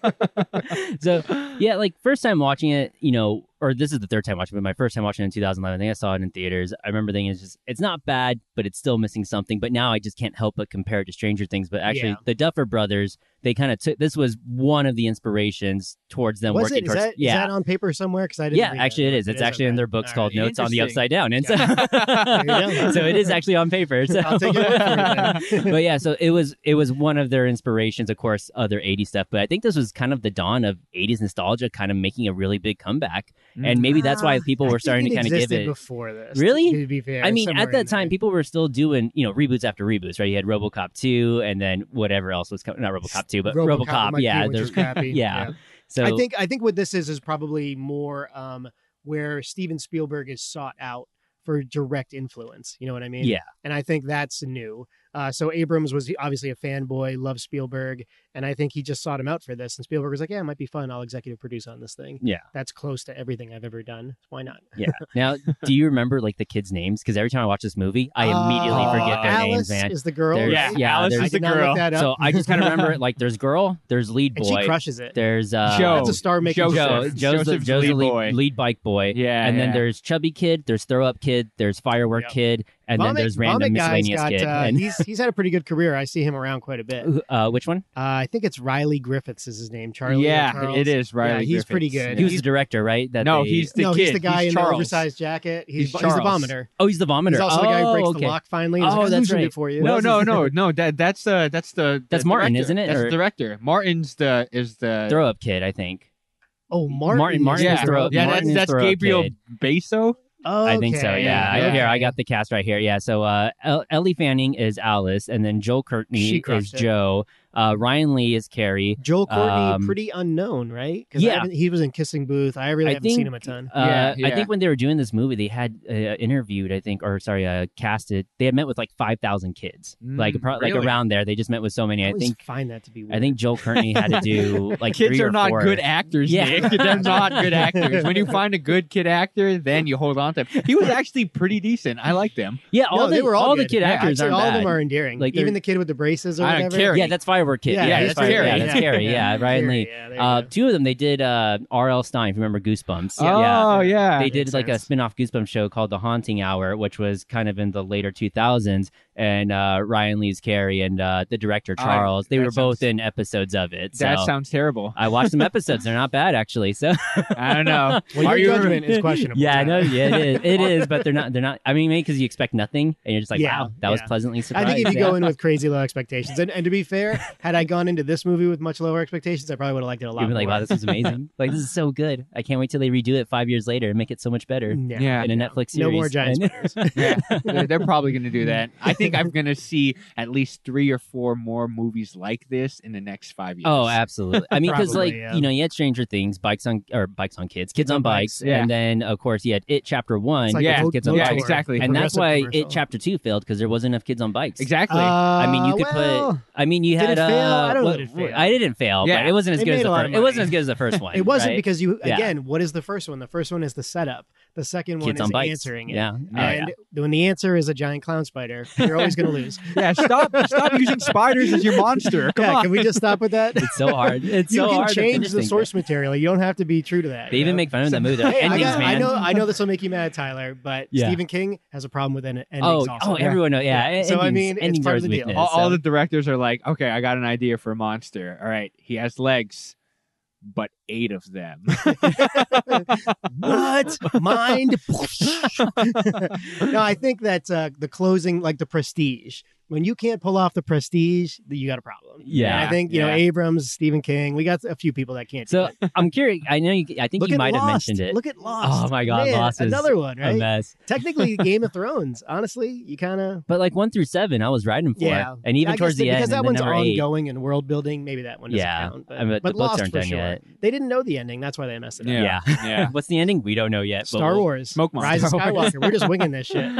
so yeah, like first time watching it, you know, or this is the third time watching, it, but my first time watching it in 2011, I think I saw it in theaters. I remember thinking it's just it's not bad, but it's still missing something. But now I just can't help but compare it to Stranger Things. But actually,
Yeah.
the Duffer Brothers, they kind of took this was one of the inspirations towards them
Was
working
it? Is
towards
that, is
yeah.
that on paper somewhere? Because I didn't.
yeah,
read that
actually, it
book.
is. It's actually in
okay.
their books
All
called
right.
Notes on the
Interesting.
Upside Down, and so,
There you go.
so it is actually on paper. So.
I'll take your word for it, then.
but yeah, so it was it was one of their inspirations, of course, other 80s stuff. But I think this was kind of the dawn of 80s nostalgia, kind of making a really big comeback,
Mm.
and maybe that's why people
Ah, I
were
think
starting
it
to kind of give
existed
it.
before this.
Really?
To be fair,
I mean,
somewhere
at
in
that time,
there.
people were still doing you know reboots after reboots, right? You had RoboCop two, and then whatever else was coming, not RoboCop two, but RoboCop,
might be,
yeah,
which
the-
is crappy.
yeah. So
I think I think what this is is probably more um, where Steven Spielberg is sought out for direct influence. You know what I mean?
Yeah.
And I think that's new. Uh, so Abrams was obviously a fanboy, loved Spielberg, and I think he just sought him out for this. And Spielberg was like, "Yeah, it might be fun. I'll executive produce on this thing.
Yeah.
that's close to everything I've ever done. Why not?"
yeah. Now, do you remember like the kids' names? Because every time I watch this movie, I immediately
Uh,
forget their names,
Alice
man.
Is the girl?
There's-
yeah,
right?
yeah,
Alice
there's-
I
is the
did not look
girl.
that up.
So I just kind of remember it like there's girl, there's lead
and
boy,
she crushes it.
there's uh,
Joe.
That's a star making
Joseph.
Joe, Joe's, the,
Joseph's
Joe's the
lead
lead,
boy.
lead bike boy.
Yeah,
and then
yeah.
there's chubby kid, there's throw up kid, there's firework
Yep.
kid, and
Vomit,
then there's random
Vomit guy's
miscellaneous
got,
kid.
Uh,
and,
he's he's had a pretty good career. I see him around quite a bit. Uh,
uh, which one?
I think it's Riley Griffiths is his name. Charlie. or
yeah,
Charles.
it is Riley.
Yeah, he's
Griffiths.
pretty good.
He was
he's-
the director, right? That
no,
they-
he's the
no,
kid.
he's the guy in
Charles.
the oversized jacket. He's,
He's
he's the
Charles.
vomiter.
oh, he's the vomiter.
He's also the guy
Oh,
who breaks
okay.
the lock finally. He's
Oh,
like, I
that's
loosened
right.
it for you.
No, no, no, no. That that's uh that's the
That's
the
Martin,
director.
isn't it?
That's
Or-
the director. Martin's the is the
Throw up kid, I think.
Oh, Martin.
Martin- Martin
yeah
is throw-
yeah
Martin is
that's that's
throw up
Gabriel
kid.
Basso.
I think so.
Okay,
Yeah. I,
yeah.
here, I got the cast right here. Yeah. So uh, El- Ellie Fanning is Alice, and then Joel
She
Courtney is
crushed it.
Joe. Uh, Ryan Lee is Carrie.
Joel Courtney,
Um,
pretty unknown, right? 'Cause I
yeah.
haven't- he was in Kissing Booth. I really
I
haven't seen
think-
him a ton.
Uh,
Yeah,
I
yeah.
think when they were doing this movie, they had uh, interviewed, I think, or sorry, uh, casted. They had met with like five thousand kids,
Mm,
like pro- like
really?
around there. They just met with so many.
I,
I,
always
think
find that to be. Weird.
I think Joel Courtney had to do like
Kids
three
are
or
not
four.
good actors,
Yeah.
Nick. They're not good actors. When you find a good kid actor, then you hold on to him. He was actually pretty decent. I liked him.
Yeah, all
No,
the
they were all,
the
good.
kid
Yeah,
actors
actually,
aren't
all
bad.
of them are endearing.
Like, they're-
even the kid with the braces or
I don't
whatever.
care.
yeah, that's Firework Kid.
Yeah,
Yeah,
that's
that's Firework.
Carrie.
Yeah, that's Carrie. Yeah, Ryan Lee.
Yeah, there you
Uh,
go.
two of them they did uh, R.L. Stein. If you remember Goosebumps?
Oh yeah.
they
That
did
makes
like a
sense.
spin-off goosebumps show called the haunting hour which was kind of in the later 2000s and uh, Ryan Lee's Carey and uh, the director
I-
Charles. they
that
were both
sounds-
in episodes of it. So
That sounds terrible.
I watched some episodes. They're not bad actually. So
I don't know.
Well, your
Are you-
judgment is questionable.
yeah, I
Tyler.
know. Yeah, it is. It is, but they're not. They're not. I mean, maybe because you expect nothing, and you're just like,
Yeah,
wow, that was
yeah.
pleasantly
I
surprised.
think if you
Yeah.
go in with crazy low expectations, and, and to be fair, had I gone into this movie with much lower expectations, I probably would have liked it a lot.
You'd be like,
more.
wow, this is amazing. like, this is so good. I can't wait till they redo it five years later and make it so much better
Mm, Yeah.
Yeah.
in a Netflix series.
No more giant
And-
yeah, they're they're probably going to do that. I think I'm going to see at least three or four more movies like this in the next five years.
Oh, absolutely. I mean, because
Probably,
like
yeah.
you know, you had Stranger Things, bikes on or bikes on kids, kids on bikes,
yeah.
and then of course you had It Chapter One,
It's like
which
Yeah,
a
was
Vo-
kids on
yeah,
bikes,
Votor
exactly.
and that's
progressive
why It
commercial.
Chapter Two failed because there wasn't enough kids on bikes.
exactly.
I mean, you
Uh,
could
well,
put. I mean, you
did
had.
it fail?
uh,
I don't know
what-
that it failed.
I didn't fail,
Yeah.
but it wasn't as
It
good as
made
the
a lot of
first. It
money.
wasn't as good as the first one.
It wasn't
right?
because you
Yeah.
again. What is the first one? The first one is the setup. The second one
kids
is
on bikes
answering it.
Yeah. Oh, yeah.
And when the answer is a giant clown spider, you're always going to lose.
yeah, stop stop using spiders as your monster. Come
yeah,
on.
can we just stop with that?
It's so hard. It's
you
so
can
hard. to
change
finish
the
things.
source material. You don't have to be true to that.
They
you
even
know?
make fun of
So-
that movie. The
Hey, I
endings,
got-
man.
I know, I know this will make you mad, Tyler, but
Yeah.
Stephen King has a problem with en-
Oh,
endings. also.
oh, everyone knows. Yeah.
Yeah. So, I
endings-
mean, it's
endings
part
are
of
his
the deal.
weakness,
all, all
so-
the directors are like, okay, I got an idea for a monster. All right, he has legs, but eight of them.
what mind? no, I think that uh, the closing, like the prestige, when you can't pull off the prestige, then you got a problem.
Yeah,
And I think you know
yeah.
Abrams, Stephen King. We got a few people that can't.
So
do it.
I'm curious. I know. You, I think
Look
you
at
might have
Lost.
mentioned it.
Look at Lost.
Oh my God,
Man,
Lost is
another one,
A
right?
mess.
Technically, Game of Thrones. Honestly, you kind of.
But like one through seven, I was riding for.
Yeah.
And even
I guess
towards
that-
the end,
because
and the
that one's
number eight,
ongoing and world building. Maybe that one doesn't
Yeah.
count. But,
I mean,
but
the books
Lost
aren't
for
done
sure.
yet.
They didn't know the ending. That's why they messed it up.
Yeah.
yeah.
What's the ending? We don't know yet. but
Star
we'll-
Wars,
Smoke monster.
Rise of
Star Wars.
Skywalker. We're just winging this shit.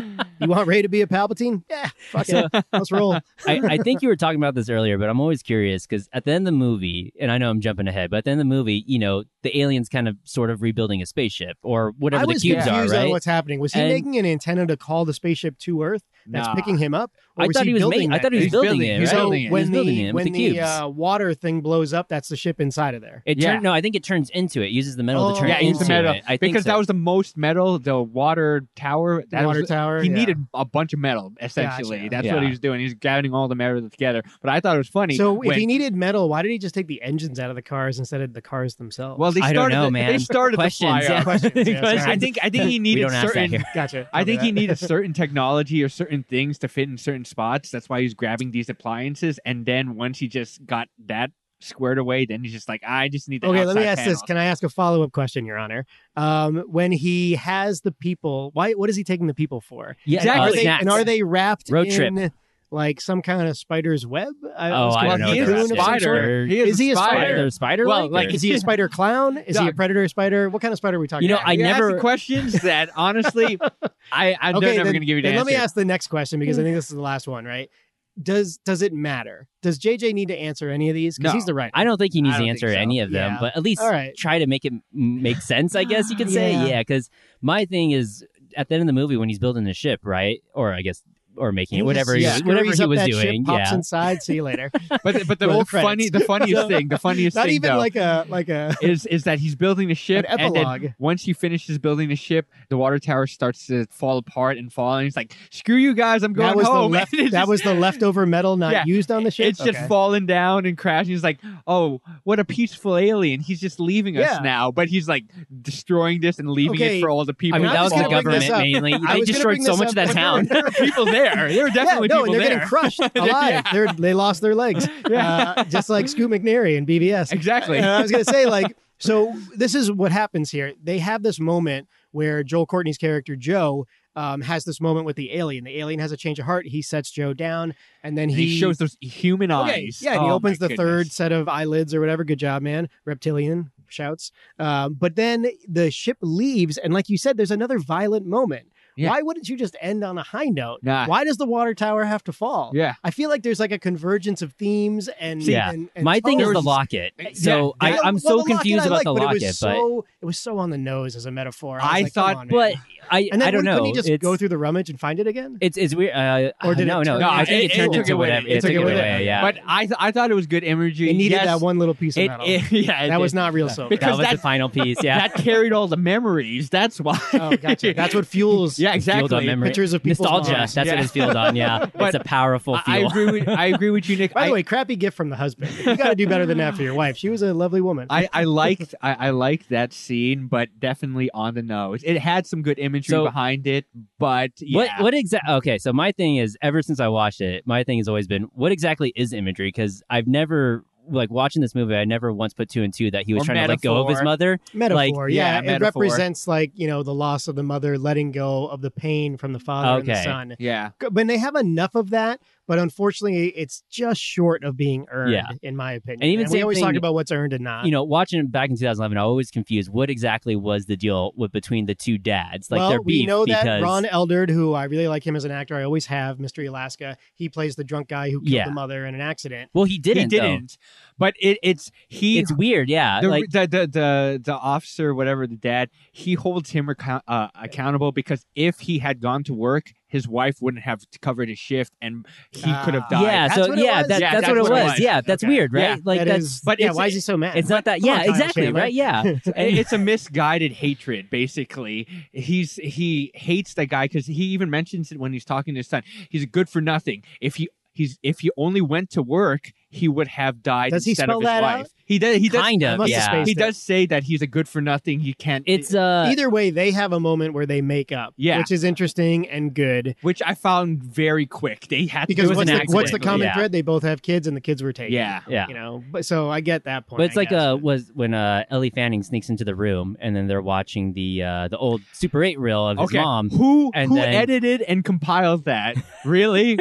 You want Ray to be a Palpatine? Yeah, fuck it. Let's roll.
I, I think you were talking about this earlier, but I'm always curious because at the end of the movie, and I know I'm jumping ahead, but at the end of the movie, you know, the aliens kind of sort of rebuilding a spaceship or whatever
I
the
was
cubes are,
confused on
right?
what's happening. Was he
And-
making an antenna to call the spaceship to Earth that's
Nah.
picking him up? Or
I thought he was
building
making. I
that
thought he was
He's
thing?
building-
building it.
he's
right?
So
building it.
He was
when
building
the
it with
when
the cubes.
the uh, water thing blows up, that's the ship inside of there.
It
Yeah.
turned no, I think it turns into it. Uses the metal
Oh.
to turn
Yeah,
into
use the metal
it. I think
because
so.
that was the most metal. The water tower.
The
That
water
was,
tower.
He
yeah.
needed a bunch of metal, essentially.
Gotcha.
That's
Yeah.
what he was doing. He's gathering all the metal together. But I thought it was funny.
So
when,
if he needed metal, why did he just take the engines out of the cars instead of the cars themselves?
well, they
I
started.
don't know,
the,
man.
They started
Questions,
the flyer.
yeah.
Questions, yeah, sorry.
I think. I think he
we
needed
don't ask that
certain.
here.
gotcha.
I think
Okay.
he needed certain technology or certain things to fit in certain spots. That's why he's grabbing these appliances. And then once he just got that squared away, then he's just like, I just need the
Okay, let me
outside
ask this.
panel.
Can I ask a follow up question, Your Honor? Um, when he has the people, why? What is he taking the people for?
Yeah, uh,
Are
Exactly.
exactly.
they, and are they wrapped
Road
in
trip.
like some kind of spider's web? I,
Oh,
was
I
going
don't know what
he
cocoon
is
they're
of
a
some
after.
sort?
spider. He is,
Is he a spider?
Spider, spider.
Well,
like,
like,
or-
Is he a spider clown? Is he a
Doc.
predator spider? What kind of spider are we talking
You know,
about?
I
You're asking
never-
questions that honestly, I I'm
okay,
never
then-
going to give you the
then
answer.
let me ask the next question because I think this is the last one, right? Does does it matter? Does JJ need to answer any of these? Because
No.
he's the right.
I don't think he needs
I
to
don't
answer
think so.
any of them,
Yeah.
but at least
All right.
try to make it m- make sense. I guess you could say,
Yeah.
yeah. Because my thing is, at the end of the movie, when he's building the ship, right? Or I guess, or making it, whatever,
he
he,
just
whatever
scurries
he
up
was
that
doing.
Ship, pops
yeah,
inside. See you later.
But the, but the
Roll
whole
the credits.
funny, the funniest thing, the funniest
Not
thing
even
though,
like a like a.
is is that he's building the ship,
An
and then
epilogue.
once he finishes building the ship, the water tower starts to fall apart and fall, and he's like, "Screw you guys, I'm going
That was the
home."
left,
And it's
that
just-
was the leftover metal not
Yeah,
used on the ship.
It's just falling down and crashing. He's like, "Oh, what a peaceful alien! He's just leaving us
Yeah.
now." But he's like destroying this and leaving
Okay.
it for all the people.
I mean,
I'm
that was
just
the
gonna bring
government
this up.
mainly.
I
They
was gonna
destroyed
bring
so
this
much of that
up, but
town.
there were people there. There were definitely
yeah, no,
people
and they're
there.
getting crushed alive. They're, they lost their legs,
Yeah.
Uh, just like Scoot McNairy and BBS.
Exactly.
And I was gonna say like, so this is what happens here. They have this moment where Joel Courtney's character Joe um, has this moment with the alien. The alien has a change of heart. He sets Joe down, and then
And he, shows those human
Okay,
eyes.
Yeah, and he
Oh,
opens
my
the third
goodness.
set of eyelids or whatever. Good job, man. Reptilian shouts. Um, but then the ship leaves, and like you said, there's another violent moment.
Yeah.
Why wouldn't you just end on a high note?
Nah.
Why does the water tower have to fall?
Yeah.
I feel like there's like a convergence of themes and
Yeah.
and- and
My thing is the
tones.
locket. So
Yeah,
I,
Yeah,
I'm
well,
so
the locket
confused
I
about
like,
the
but
locket,
it was so it was so on the nose as a metaphor. I, was
I
like, come
thought-
on,
but but
man.
I
and then
I don't
wouldn't
know.
he just
It's-
go through the rummage and find it again?
It's it's weird. Uh,
Or did it
no, no,
turn-
no. I think
it-
it,
it
turned
took
into
it away.
whatever.
It
took
took it away.
away, Yeah.
But I th- I thought it was good imagery.
it needed
Yes,
that one little piece of
It,
metal.
it- yeah, it
that was
did.
not real silver.
that
Because
was
that-
the final piece. Yeah.
that carried all the memories. That's why.
Oh, gotcha. That's what fuels
Yeah,
Fueled on
exactly.
memory.
Pictures of people's
Nostalgia.
moms.
That's
Yeah.
what it's fueled on. Yeah.
But
it's a powerful
I, I
fuel.
agree. With, I agree with you, Nick.
By
I,
the way, crappy gift from the husband. You got to do better than that for your wife. She was a lovely woman.
I, I liked I, I liked that scene, but definitely on the nose. It had some good imagery
So-
behind it, but yeah.
What what exactly? Okay, so my thing is, ever since I watched it, my thing has always been, what exactly is imagery? Because I've never like watching this movie, I never once put two and two that he was
Or
trying to let go of his
metaphor.
mother.
metaphor,
like, yeah,
yeah, it
metaphor.
represents like you know the loss of the mother, letting go of the pain from the father and the
Okay.
son.
yeah.
But they have enough of that, but unfortunately, it's just short of being earned,
Yeah.
in my opinion.
And even
we
same
always
thing-
talk about what's earned and
Uh-huh.
not.
You know, watching it back in 2011, I was always confused. What exactly was the deal with between the two dads? Like
well,
their beef
we know
because
that Ron Eldred, who I really like him as an actor, I always have Mystery Alaska. He plays the drunk guy who killed
Yeah.
the mother in an accident.
well, he didn't.
he
though.
didn't. But it, it's he
It's weird. Yeah,
the,
like
the, the the the officer, whatever the dad, he holds him account, uh, accountable because if he had gone to work, his wife wouldn't have covered his shift, and he could have
Ah.
died.
yeah.
That's
So
what it
yeah,
was?
that,
Yeah,
that's, what it was. Yeah, that's
Okay.
weird, right?
Yeah,
like
That
that's
is-
but
yeah,
it's-
why is he so mad?
it's not that.
Come on,
Yeah,
Kyle
exactly.
Chandler.
Right. Yeah.
It- it's a misguided hatred basically he's he hates that guy because he even mentions it when he's talking to his son he's good for nothing if he he's if he only went to work he would have died
Does he
instead
spell
of his
that
wife
out?
he does he does
kind
I
of.
must have
Yeah.
spaced
he
it.
does say that he's a good for nothing he can't
It's uh.
Either way, they have a moment where they make up,
Yeah.
which is interesting and good.
which i found very quick they had to
Because
do it
was
what's
an
the, what's the
accident,
common
yeah.
thread? They both have kids, and the kids were taken.
yeah
Yeah.
you know. But so I get that point.
But it's
I
like
guess.
uh was when uh Ellie Fanning sneaks into the room and then they're watching the uh the old Super 8 reel of his
okay
mom.
who
and
who
then-
edited and compiled that really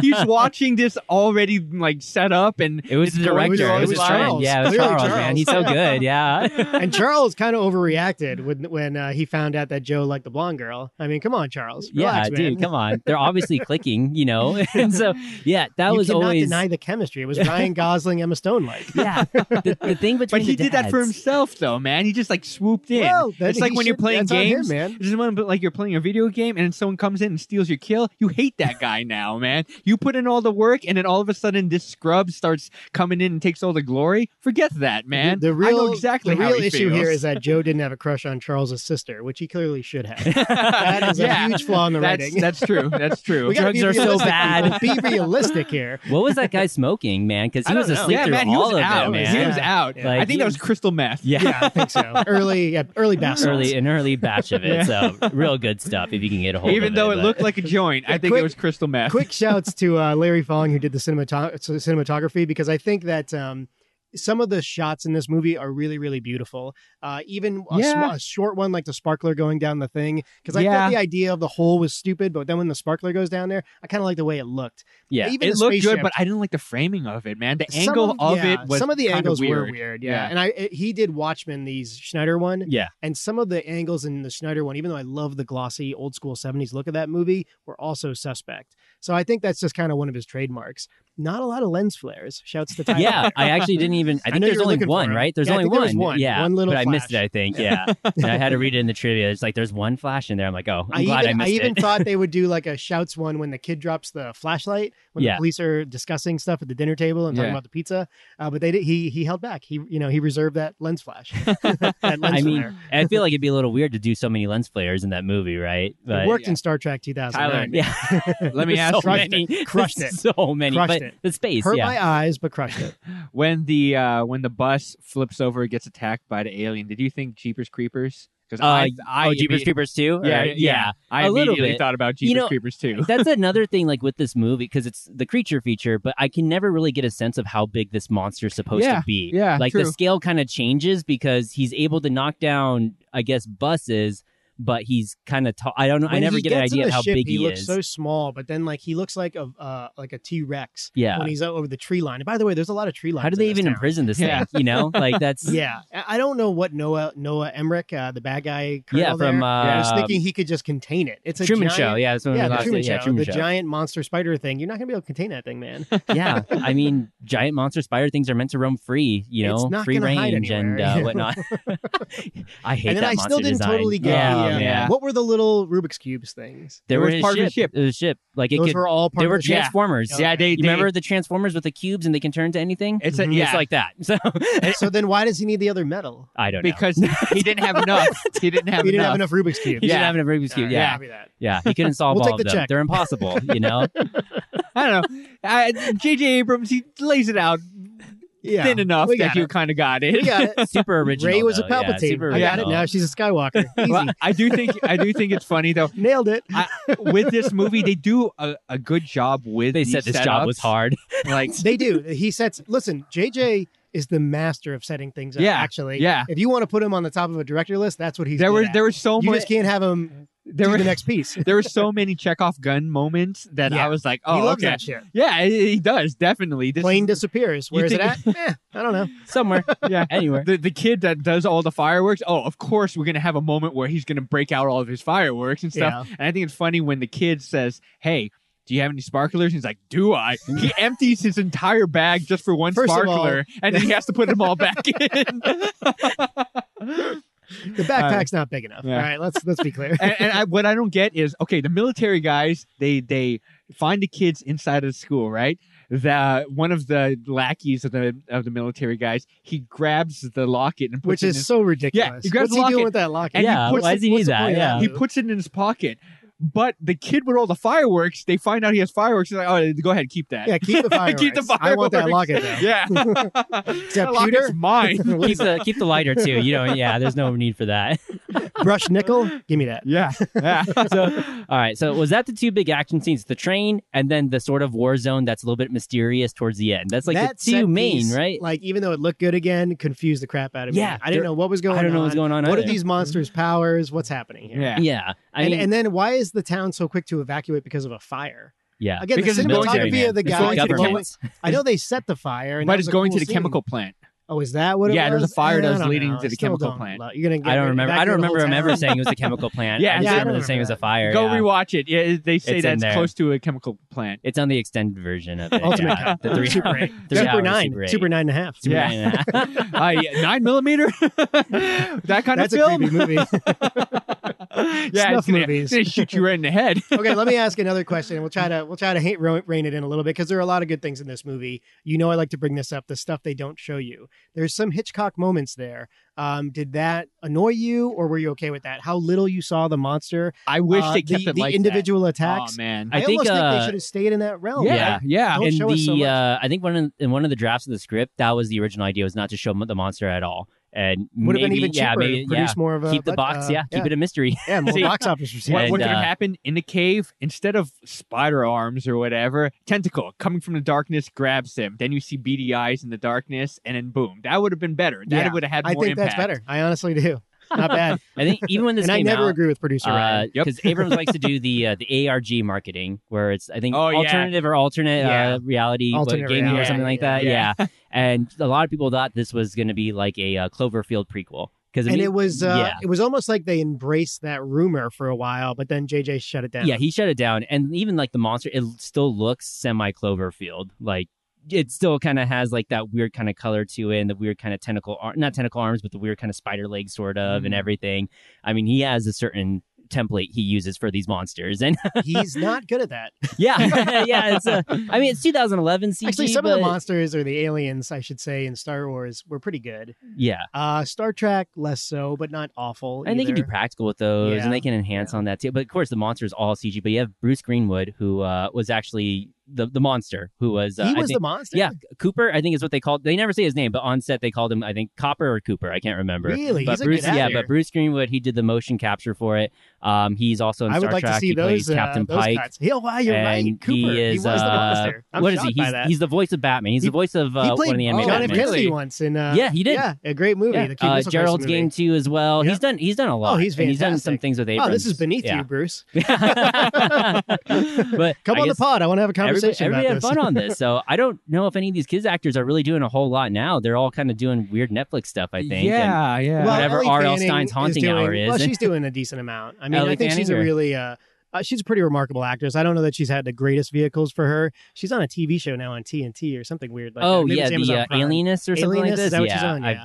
he's watching this already like set up and
It was
it's
the
going
director.
through
It
all
was
his
his
Charles.
friend. Yeah, it was
Clearly
Charles,
Charles.
man. He's so good. Yeah.
and Charles kind of overreacted when when uh, he found out that Joe liked the blonde girl. I mean, come on, Charles.
yeah,
Relax, man.
dude, come on. They're obviously clicking, you know. And so yeah, that
you
was
cannot
always
deny the chemistry. It was Ryan Gosling, Emma Stone like.
Yeah. The, the thing between
But he
the
did that for
dads-
himself, though, man. He just like swooped in.
Well, then
it's like
he
when you're
should-
playing
that's on him,
games,
man.
This is when like you're playing a video game, and someone comes in and steals your kill. You hate that guy now, man. You put in all the work, and then all of a sudden, this scrub starts coming in and takes all the glory. Forget that, man.
The real,
I know exactly
the
how
real
he
issue here
feels.
is that Joe didn't have a crush on Charles' sister, which he clearly should have. That is
Yeah.
a huge flaw in the
that's
writing.
that's true. That's true.
We gotta
drugs
be
are so
realistic,
bad.
people. Be realistic here.
What was that guy smoking, man? Because
I
he
don't
was
know.
asleep
yeah,
through
man, he
all
was
of
out.
it, man.
He was out.
Like,
I think
he
that was
was-
crystal meth.
Yeah.
Yeah, I think so. Early, yeah, early bastards.
Early an early batch of it. So real good stuff if you can get a hold of it.
Even though it
but-
looked like a joint, I think it
Quick-
was crystal meth.
quick shouts to uh, Larry Fong who did the cinematog- cinematography because I think that um, some of the shots in this movie are really really beautiful. Uh, even a, sm-
Yeah.
a short one like the sparkler going down the thing because I
Yeah.
thought the idea of the hole was stupid, but then when the sparkler goes down there, I kind of like the way it looked.
Yeah.
even
it
the
looked good,
spaceship-
but I didn't like the framing of it, man. The
Some
angle of,
yeah,
it was
some of the
kinda
angles
weird.
were weird, yeah.
Yeah.
And I it- he did Watchmen, these Schneider one,
Yeah.
and some of the angles in the Schneider one, even though I love the glossy old school 70s look of that movie, were also suspect. So I think that's just kind of one of his trademarks. Not a lot of lens flares. Shouts to Tyler.
Yeah, I actually didn't even. I think
know
there's
you're
only
looking for
one,
him.
right? There's
Yeah, I
only
think there was one.
Yeah,
One little
but I missed it.
flash.
I think. Yeah, and I had to read it in the trivia. It's like there's one flash in there. I'm like, oh, I'm
I
glad
even,
I
I,
missed
even
it.
thought they would do like a shouts one when the kid drops the flashlight when
Yeah.
the police are discussing stuff at the dinner table and talking
Yeah.
about the pizza. Uh, but they did, he he held back. He you know he reserved that lens flash. that lens
I
flare.
mean, I feel like it'd be a little weird to do so many lens flares in that movie, right?
it
But
worked
yeah.
in Star Trek 2009.
yeah,
Let me
There's
ask
so
you,
many,
Crushed it.
so many,
Crushed
but
it.
the space,
Hurt
yeah.
my eyes, but crushed it.
when the uh, when the bus flips over, and gets attacked by the alien. Did you think Jeepers Creepers? Because I,
Uh,
I
oh, Jeepers
immedi-
Creepers too.
Yeah,
Or-
yeah, I
A little
immediately
bit.
thought about Jeepers
know,
Creepers too.
That's another thing, like with this movie, because it's the creature feature, but I can never really get a sense of how big this monster's supposed
Yeah,
to be.
yeah,
like the
true.
scale kind of changes because he's able to knock down, I guess, buses, but he's kind of tall. I don't know. I
When
never
he
get an
gets in
idea
the
how
ship,
big
he,
he,
looks
is.
so small, but then like he looks like a uh, like a T Rex
Yeah.
when he's out over the tree line. And by the way, there's a lot of tree lines.
how do
in
they
this
even
town.
imprison this
Yeah.
thing? You know, like that's
Yeah, I I don't know what Noah Noah Emmerich, uh, the bad guy, colonel
yeah from
there,
uh,
I was thinking he could just contain it. It's a
Truman
giant,
Show. Yeah, that's what
Yeah,
we
the
lost it.
Truman
yeah,
Show,
Truman
the
Show.
giant monster spider thing. You're not gonna be able to contain that thing, man.
yeah, I mean, giant monster spider things are meant to roam free, you
It's
know,
not
free
gonna hide
range and
anywhere,
uh,
you know?
whatnot. I hate
and then
that
I
monster
still didn't
design.
totally get
yeah. Oh,
yeah.
man.
What were the uh, little Rubik's cubes things?
They
It
were
was
in a
part of
ship.
the ship.
It was a ship. Like it
Those
could.
were all part
they
of
were
the
ship.
transformers.
Yeah, they,
You
they-
remember the transformers with the cubes and they can turn to anything?
It's a,
Mhm.
yeah,
It's like that. So
So then why does he need the other metal?
I don't know.
because he didn't have enough. He didn't have
He didn't
enough.
have enough Rubik's cubes.
He
Yeah.
didn't have a Rubik's cube.
Alright,
Yeah,
Uh, copy that.
yeah. He couldn't solve
We'll
all
take
of
the
them.
check.
They're impossible. You know.
I don't know. I- J.J. Abrams he lays it out
Yeah.
thin enough
We
that
got
you
it.
kind of got it.
We got it.
Super original.
Ray was a
though. Yeah,
Palpatine.
super
I got it
original.
now. She's a Skywalker. Easy.
Well, I do think I do think it's funny though.
Nailed it.
I- With this movie, they do a, a good job with.
They
the
said this job was
setups.
hard.
Like,
They do. He sets. Listen, JJ is the master of setting things up.
Yeah,
Actually,
yeah.
If you want to put him on the top of a director list, that's what he's.
there
good
were
at.
there were so
you
much
just can't have him
there
do
were
the next piece.
there were so many Chekhov gun moments that
Yeah.
I was like,
he
oh,
loves
okay,
that shit.
yeah, he he does definitely. This
Plane disappears.
You
Where is
think-
it at? Eh, I don't know.
Somewhere.
Yeah.
Anywhere.
the, the kid that does all the fireworks. Oh, of course, we're gonna have a moment where he's gonna break out all of his fireworks and stuff. And I think it's funny when the kid says, "Hey." Do you have any sparklers? And he's like, "Do I?" He empties his entire bag just for one
First of all-
sparkler, and then he has to put them all back in.
The backpack's not big enough.
yeah.
All right, let's let's be clear.
and, and I, what I don't get is okay, the military guys they they find the kids inside of the school, right? The one of the lackeys of the of the military guys, he grabs the locket and puts
Which
it
is
in,
so ridiculous.
he grabs
What's
the
he doing
locket
with that locket?
and he
yeah.
puts
Why
it-
does he
what's
need
the
that?
point of
Yeah.
that?
he puts it in his pocket. But the kid with all the fireworks, they find out he has fireworks. They're like, oh, go ahead, keep that.
yeah, keep the fireworks.
Keep the
I want that
fireworks.
locket though.
yeah.
that
that
pewter?
locket's mine.
keep the keep the lighter too. You know. Yeah. There's no need for that.
Brush nickel. Give me that.
yeah. yeah.
All right. So was that the two big action scenes? The train and then the sort of war zone that's a little bit mysterious towards the end. That's like
that
the
set
two main,
piece,
right?
Like even though it looked good again, confused the crap out of me.
Yeah,
I didn't
there-
know what was going on.
I don't know what's going on.
What are
either. Mm-hmm.
these monsters' powers? What's happening here?
yeah.
Yeah. I
and,
mean.
and then why is the town so quick to evacuate because of a fire?
yeah.
Again,
Because
the
it's military,
cinematography of the
It's
guy.
like
going to the
government.
I know they set the fire, and that
But
was
it's
a
going
cool
to the
scene.
chemical plant.
Oh, is that what? it
Yeah,
was?
there's a fire
Eh, I
that was
don't
leading
know.
to the
I still
chemical
don't
plant.
lo- You're gonna. Get
I don't
ready to
remember. I
evacuate
don't
the whole
remember them ever
town?
saying it was a chemical plant.
Yeah,
I just
yeah, I
remember
don't
them saying it was a
remember
fire.
Go
yeah.
rewatch it. Yeah, they say
It's in
that's
there.
close to a chemical plant.
It's on the extended version of it.
Ultimate
yeah.
Cut.
The three,
Super
hour-
eight.
three
Super
hours,
nine,
Super eight.
super nine and a half.
Super
Yeah.
nine and a half.
uh, yeah, nine millimeter, that kind
That's
of
a
film.
creepy movie.
yeah,
Snuff
it's gonna,
movies.
They shoot you right in the head.
okay, let me ask another question, and we'll try to we'll try to hate, rein, rein it in a little bit because there are a lot of good things in this movie. You know, I like to bring this up—the stuff they don't show you. There's some Hitchcock moments there. Um, did that annoy you, or were you okay with that? How little you saw the monster?
I wish
uh,
they kept
the,
it
the
like
individual
that.
attacks. Oh,
Oh man,
I
I,
think,
almost think
uh,
they should have stayed in that realm.
yeah, yeah.
Don't
and
show us
the
so much.
uh, I think one in, in one of the drafts of the script, that was the original idea was not to show the monster at all, and
Would have
maybe
been even cheaper.
yeah, maybe
produce
yeah.
more of a
keep the
bud-
box,
uh,
yeah, keep it a mystery.
yeah, more
See,
box office receipts.
What,
And,
what could
uh,
have happened in the cave? Instead of spider arms or whatever, tentacle coming from the darkness grabs him. Then you see beady eyes in the darkness, and then boom. That would have been better. That
Yeah,
would have had
I
more
think
impact.
that's better. I honestly do. Not bad.
I think even when this
and I
came
never
out, uh,
agree with producer. Ryan.
Yep.
because Abrams likes to do the uh, the ARG marketing, where it's I think
Oh, yeah.
alternative or alternate
Yeah.
uh, reality what,
Alternate
gaming or
reality,
something like
yeah.
that. Yeah. and a lot of people thought this was going to be like a uh, Cloverfield prequel because
and it was uh,
yeah.
it was almost like they embraced that rumor for a while, but then JJ shut it down.
Yeah, he shut it down, and even like the monster, it still looks semi Cloverfield. Like it still kind of has like that weird kind of color to it, and the weird kind of tentacle, ar- not tentacle arms, but the weird kind of spider legs, sort of, and
Mhm.
everything. I mean, he has a certain template he uses for these monsters, and
he's not good at that.
yeah, yeah. It's a, I mean, it's 2011 CG,
Actually, some of the
but-
monsters or the aliens, I should say, in Star Wars were pretty good.
yeah,
Uh, Star Trek less so, but not awful.
and they can be
either.
practical with those,
Yeah.
and they can enhance on that too. But of course, the monster is all CG. But you have Bruce Greenwood, who uh, was actually the the monster, who was uh,
he
I
was
think-
the monster.
Yeah, Cooper, I think is what they called. They never say his name, but on set they called him, I think, Copper or Cooper. I can't remember.
Really?
But
He's a
Bruce,
good actor.
yeah, but Bruce Greenwood, he did the motion capture for it. Um, he's also in
I
Star
would like
Trek.
to see
he
those
plays
uh,
Captain
those
Pike.
cuts. Yeah, wow, you're
and
right. Cooper.
he is
was the
uh,
monster. I'm
what is he?
shocked
He's,
by that.
he's the voice of Batman. He's
He-
the voice of uh,
he played
one of the animated
oh,
John F.
Batmans.
Batman.
Kennedy
Really?
once in uh,
Yeah, he did.
yeah, a great movie.
Yeah.
The Cube
Uh,
Missile Crisis
Gerald's
movie.
game too as well.
Yeah.
He's done he's done a lot.
Oh, he's
and he's done some
fantastic.
things with Abrams.
Oh, this is beneath
yeah.
you, Bruce.
but
Come
I
on
guess-
the pod. I want to have a
Everybody,
conversation
everybody
about
had
this.
fun on this, so I don't know if any of these kids actors are really doing a whole lot now. They're all kind of doing weird Netflix stuff, I think. and
Yeah, yeah.
Whatever
Ellie
R.L.
Fanning
Stein's
is
haunting
doing-
hour is.
Well, she's doing a decent amount. I mean,
Ellie
I think she's a
Fanning or-
really uh, Uh, she's a pretty remarkable actress. I don't know that she's had the greatest vehicles for her. She's on a TV show now on TNT or something weird like
oh
that. Maybe
yeah,
it's Amazon
the uh,
Prime.
alienist or something
Alienist,
like this.
is that what
yeah,
she's on?
I've-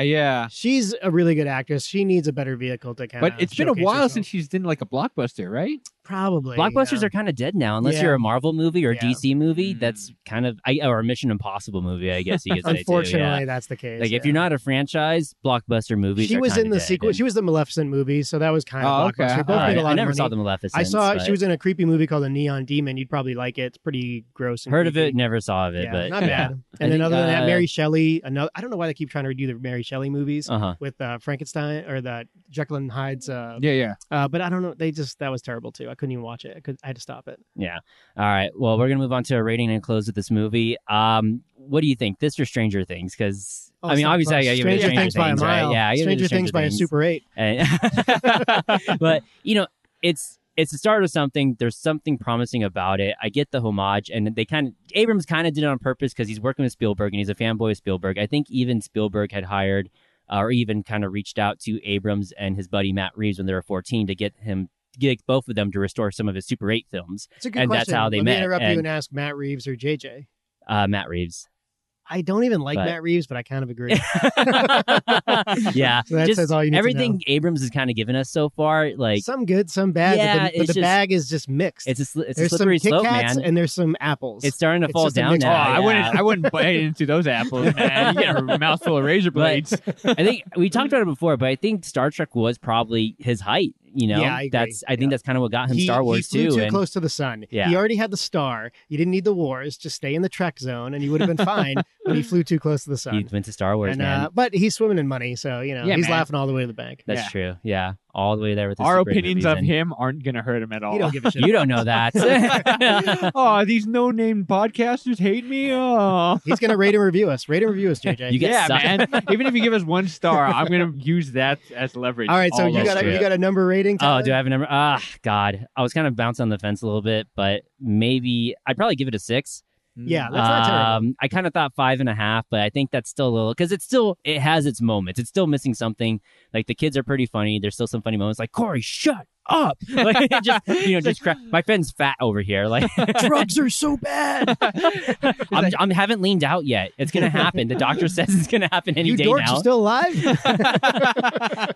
Yeah, yeah.
She's a really good actress. She needs a better vehicle to kind
But
of.
it's been a while since she's done like a blockbuster, right?
probably
Blockbusters
yeah.
are kind of dead now, unless
Yeah.
you're a Marvel movie or a
Yeah.
DC movie.
Mm.
That's kind of I, or a Mission Impossible movie, I guess you could say. too, yeah.
Unfortunately, that's the case.
like if
yeah.
you're not a franchise, blockbuster movies.
she
are
was
kinda
in the
dead.
sequel. She was the Maleficent movie, so that was kind of
Oh,
blockbuster.
okay.
Both
Oh,
made
I,
a lot
I
of
never
money.
saw the Maleficent.
I saw
but
she was in a creepy movie called The Neon Demon. You'd probably like it. It's pretty gross. And
heard of
creepy.
it, never saw of it,
Yeah,
but
not
yeah.
bad. And
I
then
think,
other than that,
uh,
Mary Shelley. Another. I don't know why they keep trying to redo the Mary Shelley movies
Uh huh.
with uh, Frankenstein or the Jekyll and Hyde's. Uh,
Yeah, yeah.
uh, but I don't know. They just that was terrible too. I couldn't even watch it. I, could, I had to stop it.
Yeah. All right. Well, we're gonna move on to a rating and close with this movie. Um, what do you think? This or Stranger Things? Because
Oh,
I
it's
mean,
not
obviously, I give
close.
it a
Stranger
Stranger
Things by a
right?
mile.
Yeah, I give it a
Stranger Things by a Super Eight.
And- but you know, it's it's the start of something. There's something promising about it. I get the homage, and they kind of Abrams kind of did it on purpose because he's working with Spielberg and he's a fanboy of Spielberg. I think even Spielberg had hired uh, or even kind of reached out to Abrams and his buddy Matt Reeves when they were 14 to get him get both of them to restore some of his Super 8 films.
It's a good
And that's
question.
how they
Let
met,
me interrupt
and-
you and ask Matt Reeves or JJ.
Uh, Matt Reeves.
I don't even like
But-
Matt Reeves, but I kind of agree.
yeah,
So that
just
says all you need to know.
everything Abrams has kind of given us so far. Like
some good, some bad.
Yeah,
but the, but
it's
the
just-
bag is just mixed.
it's a sli- it's a
there's
slippery
some Kit
slope,
Kats
man.
and there's some apples.
It's starting to
It's
fall
just a
down
mixed
now.
oh,
yeah.
I wouldn't. I wouldn't bite into those apples, man. You get a mouthful of razor blades.
I think we talked about it before, but I think Star Trek was probably his height. You know,
Yeah, I agree.
that's I think
Yeah.
that's kind of what got him
he,
uh, Star Wars
he flew
too.
too
and
close to the sun.
Yeah.
He already had the star. You didn't need the wars. Just stay in the Trek zone, and you would have been fine. but he flew too close to the sun.
he went to Star Wars,
and,
man.
Uh, but he's swimming in money, so you know
Yeah,
he's
man.
laughing all the way to the bank.
that's
yeah.
true. Yeah, all the way there with the
Our
super
opinions
movies
of
and-
him aren't gonna hurt him at all.
You don't give a shit.
You don't know that.
oh, these no-name podcasters hate me. Oh.
he's gonna rate and review us. Rate and review us, JJ.
You get
yeah,
sucked.
man. Even if you give us one star, I'm gonna use that as leverage.
all right, so you
that's
got a,
true.
you got a number rating.
oh,
Tyler?
do I have a number? Ah, God, I was kind of bouncing on the fence a little bit, but maybe I'd probably give it a six.
Yeah,
Uh,
that's not terrible.
um, I kind of thought five and a half, but I think that's still a little because it's still it has its moments. It's still missing something. Like the kids are pretty funny. There's still some funny moments. Like Corey, shut up! Like it just you know, just cra- my friend's fat over here. Like
Drugs are so bad.
I'm, I'm haven't leaned out yet. It's gonna happen. The doctor says it's gonna happen any
you
day
dorks
now.
are still alive.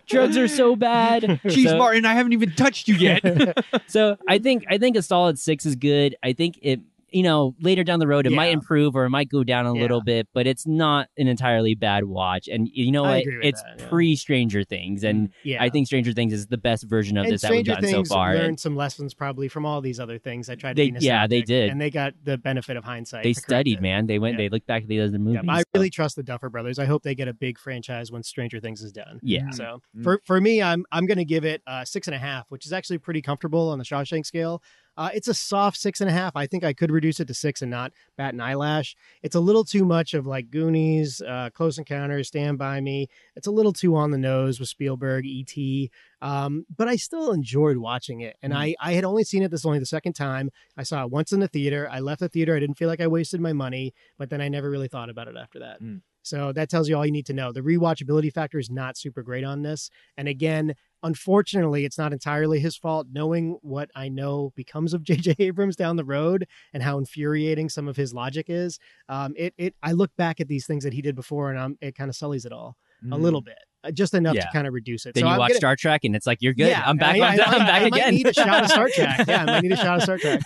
Drugs are so bad.
Jeez,
So-
Martin, I haven't even touched you yet.
So I think I think a solid six is good. I think it you know later down the road it might
Yeah.
improve or it might go down a
Yeah.
little bit, but it's not an entirely bad watch. And you know
I
what?
agree with
It's
that, yeah.
pre Stranger Things, and
yeah,
I think Stranger Things is the best version of
and
this
Stranger
that we've gotten
Things
so far. And
learned some lessons probably from all these other things. I tried.
They-
to be
yeah, they
nostalgic,
did.
and they got the benefit of hindsight.
they
to correct
studied,
it.
man. They went.
Yeah.
They looked back at the other movies.
Yeah, but I really trust the Duffer Brothers. I hope they get a big franchise when Stranger Things is done.
Yeah.
So
Mm.
for for me, I'm I'm gonna give it uh, six and a half, which is actually pretty comfortable on the Shawshank scale. Uh, it's a soft six and a half. I think I could reduce it to six and not bat an eyelash. It's a little too much of like Goonies, uh, Close Encounters, Stand By Me. It's a little too on the nose with Spielberg, E.T. Um, but I still enjoyed watching it, and
Mm.
I I had only seen it this is only the second time. I saw it once in the theater. I left the theater. I didn't feel like I wasted my money, but then I never really thought about it after that.
Mm.
So that tells you all you need to know. The rewatchability factor is not super great on this. And again, unfortunately, it's not entirely his fault. Knowing what I know becomes of J.J. Abrams down the road and how infuriating some of his logic is, um, it it I look back at these things that he did before, and I'm, it kind of sullies it all a little bit, Uh, just enough to
Mm. Yeah.
kind of reduce it.
Then
so
you
I'm
watch
gonna-
Star Trek, and it's like you're good.
Yeah,
I'm back.
I,
on,
I,
am back
I
again.
Might need a shot of Star Trek. Yeah, I might need a shot of Star Trek.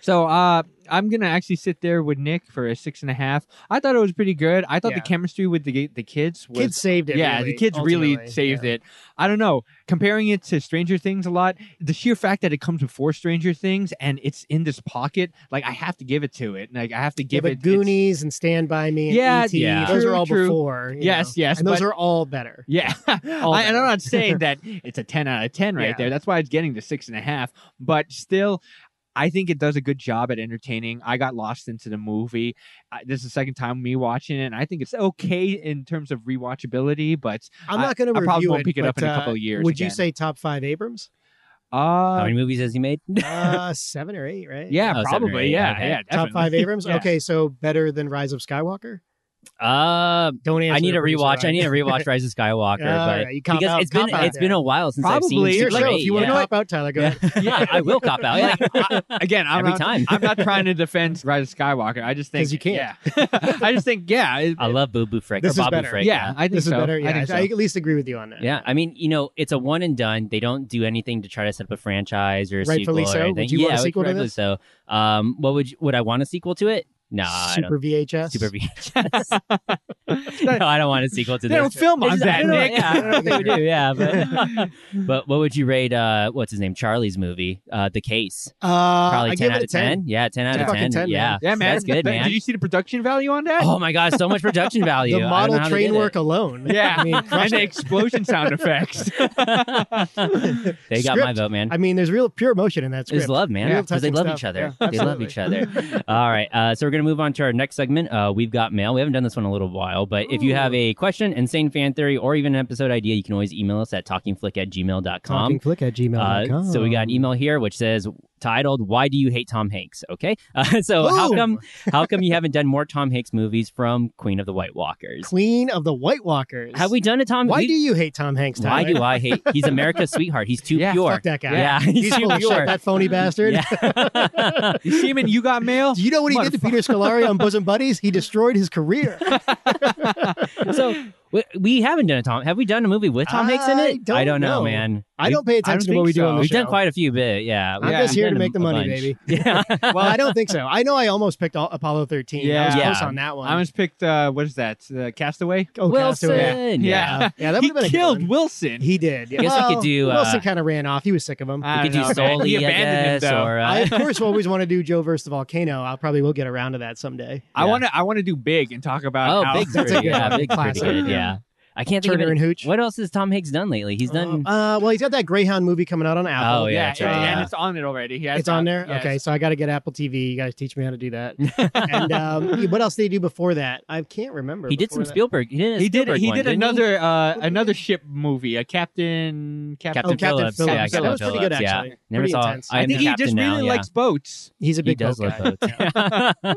So uh, I'm gonna actually sit there with Nick for a six and a half. I thought it was pretty good. I thought
Yeah.
the chemistry with the the kids was
Kids saved it.
yeah,
really,
the kids really
ultimately.
saved
Yeah.
it. I don't know. Comparing it to Stranger Things a lot, the sheer fact that it comes before Stranger Things and it's in this pocket, like I have to give it to it. Like I have to
Yeah,
give
but
it. it's-
Goonies and Stand By Me and
Yeah,
E.T.,
yeah.
those
True,
are all
true.
before. you
Yes,
know,
yes,
And those
but-
are all better.
Yeah, I, and I'm not saying that it's a ten out of ten right
Yeah.
there. That's why it's getting to six and a half. But still, I think it does a good job at entertaining. I got lost into the movie. I, this is the second time me watching it, and I think it's okay in terms of rewatchability. But
I'm
I-
not going to
I
review
probably won't pick it up
but,
in a
uh,
couple of years
Would you
again.
say top five Abrams?
How
uh,
many movies has he made?
Uh, seven or eight, right?
yeah,
Oh, seven or
probably,
eight,
yeah,
okay.
yeah,
Top
definitely.
five Abrams.
Yeah.
Okay, so better than Rise of Skywalker.
Uh,
Don't answer.
I need
it,
a
please,
rewatch. I
Ryan.
need to rewatch Rise of Skywalker,
All
but
right, you cop
because
out-
it's been
cop out
it's been
there.
a while since I've
Probably,
seen
you're
Sure,
Super
like,
sure.
Eight,
If you want
yeah.
to cop out, Tyler, go
Yeah.
ahead.
yeah, I will cop out. Like,
Oh, I- again, I'm
every
not,
time.
I'm not trying to defend Rise of Skywalker. I just think
'Cause you can't.
Yeah. I just think yeah, it-
I love Boo Boo Frick
This is
or Bob
better.
Frick.
yeah. I think
This is
so.
better.
I
Yeah,
think so.
I at least agree with you on that.
Yeah, I mean, you know, it's a one and done. They don't do anything to try to set up a franchise or a
Rightfully
sequel
so.
or
Would
anything.
you
yeah,
want a sequel to
rightfully
this?
so. Um, what would you, would I want a sequel to it? No, I
Super VHS.
don't. Super VHS. no, I don't want a sequel to
They don't
this.
film on
It's- I
that,
don't know,
Nick.
Yeah, I don't know if they do. Yeah, but,
But-
but what would you rate? Uh, what's his name? Charlie's movie, uh, The Case.
Uh,
Probably
I
ten
give
out
it a
of ten. Yeah, ten out
It's
of
a fucking
ten.
10,
yeah,
man.
yeah, man.
that's good,
That-
man.
Did you see the production value on that?
Oh my gosh, so much production value. I
The
don't know
model
how they
train
did it.
work alone.
yeah,
I mean,
and
crushed
the
it.
explosion sound effects.
they got my
Script.
vote, man.
I mean, there's real pure emotion in that script.
Is love, man.
Real
Because they
touching
love
stuff.
each other.
Yeah,
they love
absolutely.
each other. All right. Uh, so we're going to move on to our next segment. Uh, we've got mail. We haven't done this one in a little while, but if you have a question, insane fan theory, or even an episode idea, you can always email us at talkingflick at gmail.com.
Talkingflick at
Uh, so we got an email here which says titled "Why do you hate Tom Hanks?" Okay, uh, so how
Boom!
come how come you haven't done more Tom Hanks movies from Queen of the White Walkers?
Queen of the White Walkers.
Have we done a Tom?
Why
we-
do you hate Tom Hanks? Tyler?
why do I hate? He's America's sweetheart. He's too
Yeah,
pure.
Fuck that guy.
Yeah, he's,
He's
too
full of
pure.
shit, that phony bastard.
Yeah.
you see him in You Got Mail?
Do you know what he did to Peter Scolari on Bosom Buddies? He destroyed his career.
so we, we haven't done a Tom. Have we done a movie with Tom Hanks in
I
it?
don't
I don't know,
know.
man.
I don't pay
don't
attention to what
think
we do
so.
on the
We've
show.
done quite a few bit. Yeah,
I'm
we've
just here
done
to
a-
make the
a
money,
bunch.
baby.
Yeah.
well, I don't think so. I know I almost picked Al- Apollo 13. I was
Yeah.
close on that one.
I almost picked uh, what is that? Uh, Castaway.
oh,
Wilson.
Castaway.
Yeah.
Yeah, yeah, that would
he
have been a good
killed
one.
Wilson.
He did. Yeah.
Guess we could
Well,
do, uh,
Wilson kind of ran off. He was sick of him.
I
We could
don't
do
know, man. He
Soli, I
abandoned him,
guess,
though.
or uh,
I of course always want to do Joe versus the volcano. I probably will get around to that someday.
I
Yeah.
want to. I want to do big and talk about.
oh,
how-
Big
That's a
Three.
good
Yeah,
one.
Big Three.
Classic.
Good. Yeah, I can't think of
Turner
it.
and Hooch.
What else has Tom Hanks done lately? He's done.
Uh, well, he's got that Greyhound movie coming out on Apple.
Oh, yeah,
yeah,
that's right,
yeah,
yeah.
and it's on it already. Yeah,
it's on there.
yes.
Okay, so I got to get Apple TV. You guys teach me how to do that. and um, what else did he do before that? I can't remember.
he did
before
some
that.
Spielberg. He did. A
He did.
Spielberg
He
one,
did
didn't
another uh, another ship movie, a Captain Captain.
Captain
Oh, Captain
Phillips.
Phillips.
Yeah,
That
Captain
was pretty good,
Phillips. Yeah.
actually.
Never
Pretty
saw.
intense.
I,
I
am
think
the
he
captain
just
now,
really
yeah.
likes boats.
He's
He
a big
does
boat
love
guy.
boats.
Yeah.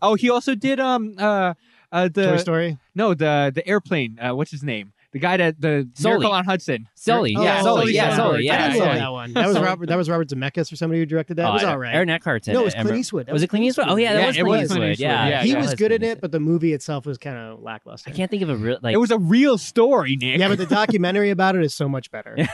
oh, he also did um uh, uh
Toy
the
Story.
no the the airplane. Uh, what's his name? The guy that the
Sully.
Miracle on Hudson.
Sully.
Oh,
Yeah.
Sully,
Sully.
yeah.
Yeah. Sully.
Sully.
Yeah.
I did love
Sully.
that one. That was Robert. That was Robert Zemeckis or somebody who directed that. It
Oh,
was all right.
Aaron Eckhart's in
No, it was
I remember.
Clint Eastwood. That
Was it Clint Eastwood? Oh yeah, that
Yeah,
was
it was
Clintwood.
Clint Eastwood.
Yeah,
Yeah,
that
he was good in
Clint
it,
Eastwood.
but the movie itself was kind of lackluster.
I can't think of a real like.
it was a real story, Nick.
Yeah, but the documentary about it is so much better. Do you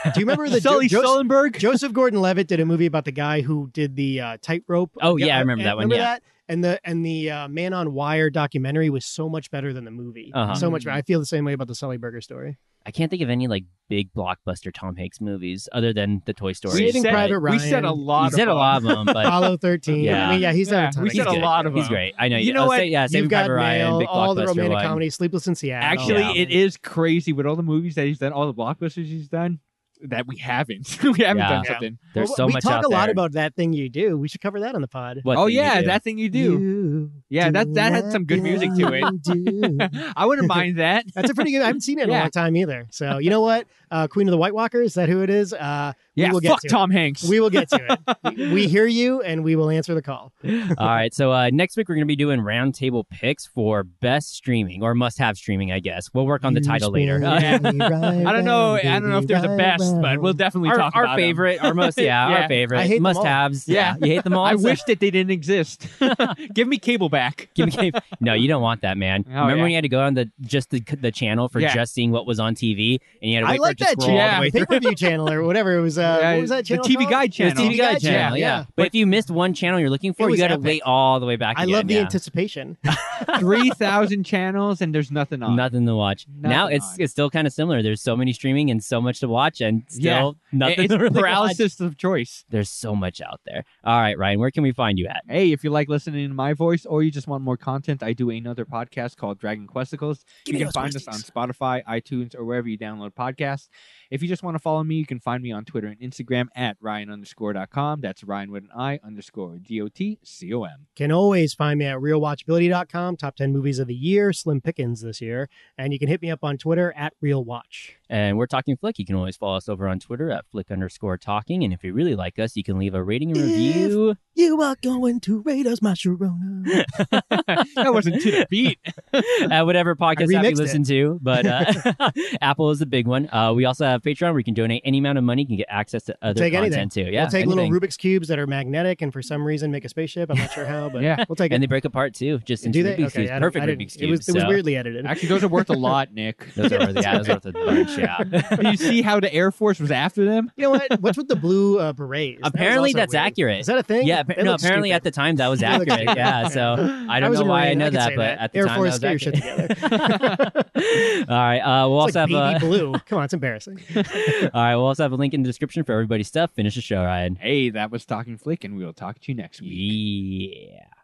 remember the
Sully
Jo- Joseph,
Sullenberg.
Joseph Gordon-Levitt did a movie about the guy who did the uh, tightrope?
Oh, yeah, I remember
and-
that one,
Remember
yeah.
that? And the and the uh, Man on Wire documentary was so much better than the movie.
Uh-huh.
So much better. I feel the same way about the Sully Burger story.
I can't think of any like big blockbuster Tom Hanks movies other than the Toy Story.
Saving
said,
Private
We said a
Ryan.
lot.
He said a
about-
lot of them, but
Apollo thirteen.
Yeah.
I mean, yeah, he's done
Yeah,
a ton.
we
of
he's
said a
good.
good.
lot of
He's
them.
great. I know.
You know
uh,
what?
Sa- yeah, Saving
You've got
Private Ryan,
Mail,
big
all the
blockbuster
romantic
one.
comedy, Sleepless in Seattle.
Actually,
Yeah.
it is crazy with all the movies that he's done, all the blockbusters he's done, that we haven't. we haven't
Yeah.
done
Yeah.
something.
There's
Well,
so
we
much
talk
out
a lot
there.
about that thing you do. We should cover that on the pod.
What
oh
thing you
yeah,
do.
that thing you do.
You
Yeah, that-
do
that had some good music to it.
you do.
I wouldn't mind that.
That's a pretty good. I haven't seen it in
Yeah.
a long time either. So you know what? Uh, Queen of the White Walkers. Is that who it is? Uh, we
yeah,
will get
fuck
to it.
Tom Hanks.
We will get to it. We- we hear you, and we will answer the call.
All right. So uh, next week we're going to be doing roundtable picks for best streaming or must-have streaming. I guess we'll work on the title later. Uh,
Yeah. I don't know. I don't know if there's a best, but we'll definitely
our
talk
our
about 'em.
favorite, our most, yeah,
Yeah.
our favorite
I hate them all.
must-haves.
Yeah.
you hate them all.
I
So-
wish that they didn't exist. Give me cable back.
Give me game. No, you don't want that, man.
Oh,
Remember
yeah.
when you had to go on the just the, the channel for
Yeah.
just seeing what was on TV, and you had to wait
I
for it
like
to
that
scroll all
channel,
the
Yeah.
way
pay per view channel or whatever it was. Uh,
Yeah,
what was that
the
channel?
TV
called?
Guide
The
channel.
TV Guide channel, yeah. But if you missed one channel you're looking for,
It
you
was
got to
epic.
wait all the way back.
I
again,
love the
yeah.
anticipation.
Three thousand channels and there's nothing on.
nothing to watch. now
Nothing
it's
on.
it's still kind of similar. There's so many streaming and so much to watch, and still
Yeah. It-
nothing
it's
to really watch.
paralysis of choice.
There's so much out there. All right, Ryan, where can we find you at?
Hey, if you like listening to my voice or you just want more content, I do another podcast called Dragon Questicles.
Give me
you can
those
find us on Spotify, iTunes, or wherever you download podcasts. If you just want to follow me, you can find me on Twitter and Instagram at Ryan underscore dot com. That's Ryan with an I underscore D O T C O M.
can always find me at realwatchability.com, top 10 movies of the year, slim pickings this year. And you can hit me up on Twitter at realwatch.
And we're talking flick. You can always follow us over on Twitter at flick underscore talking. And if you really like us, you can leave a rating and review.
You are going to raid us, Masharona.
that wasn't to the beat.
at whatever podcast app you
remixed
listen to. But uh, Apple is a big one. Uh, we also have Patreon where you can donate any amount of money, you can get access to other
take anything.
content too. Yeah,
we'll take little
anything.
Rubik's cubes that are magnetic and for some reason make a spaceship. I'm not sure how, but
Yeah.
we'll take
and
it.
they break apart too, just into
Do they?
Rubik's
Okay,
cubes.
I don't-
Perfect
I didn't-
Rubik's
It
cubes.
was, it was
so-
weirdly edited.
Actually, those are worth a lot, Nick.
Those are worth, yeah, those are worth a bunch. Yeah.
you see how the Air Force was after them?
You know what? What's with the blue uh, berets? That was
Apparently
also
that's
weird.
accurate.
Is that a thing?
Yeah,
It
appa- no,
looks
apparently
stupid.
at the time that was
It looks
accurate.
stupid.
yeah, so I don't
was
know
a
why I
Marine,
know
could
that,
say
but at the
Air
time that
Force get your
was
shit together.
accurate. All right, uh, we'll
it's
also
like
have
BB blue. Come on, it's embarrassing.
a all right, we'll also have a link in the description for everybody's stuff. Finish the show, Ryan.
Hey, that was Talking Flick, and we'll talk to you next week.
Yeah.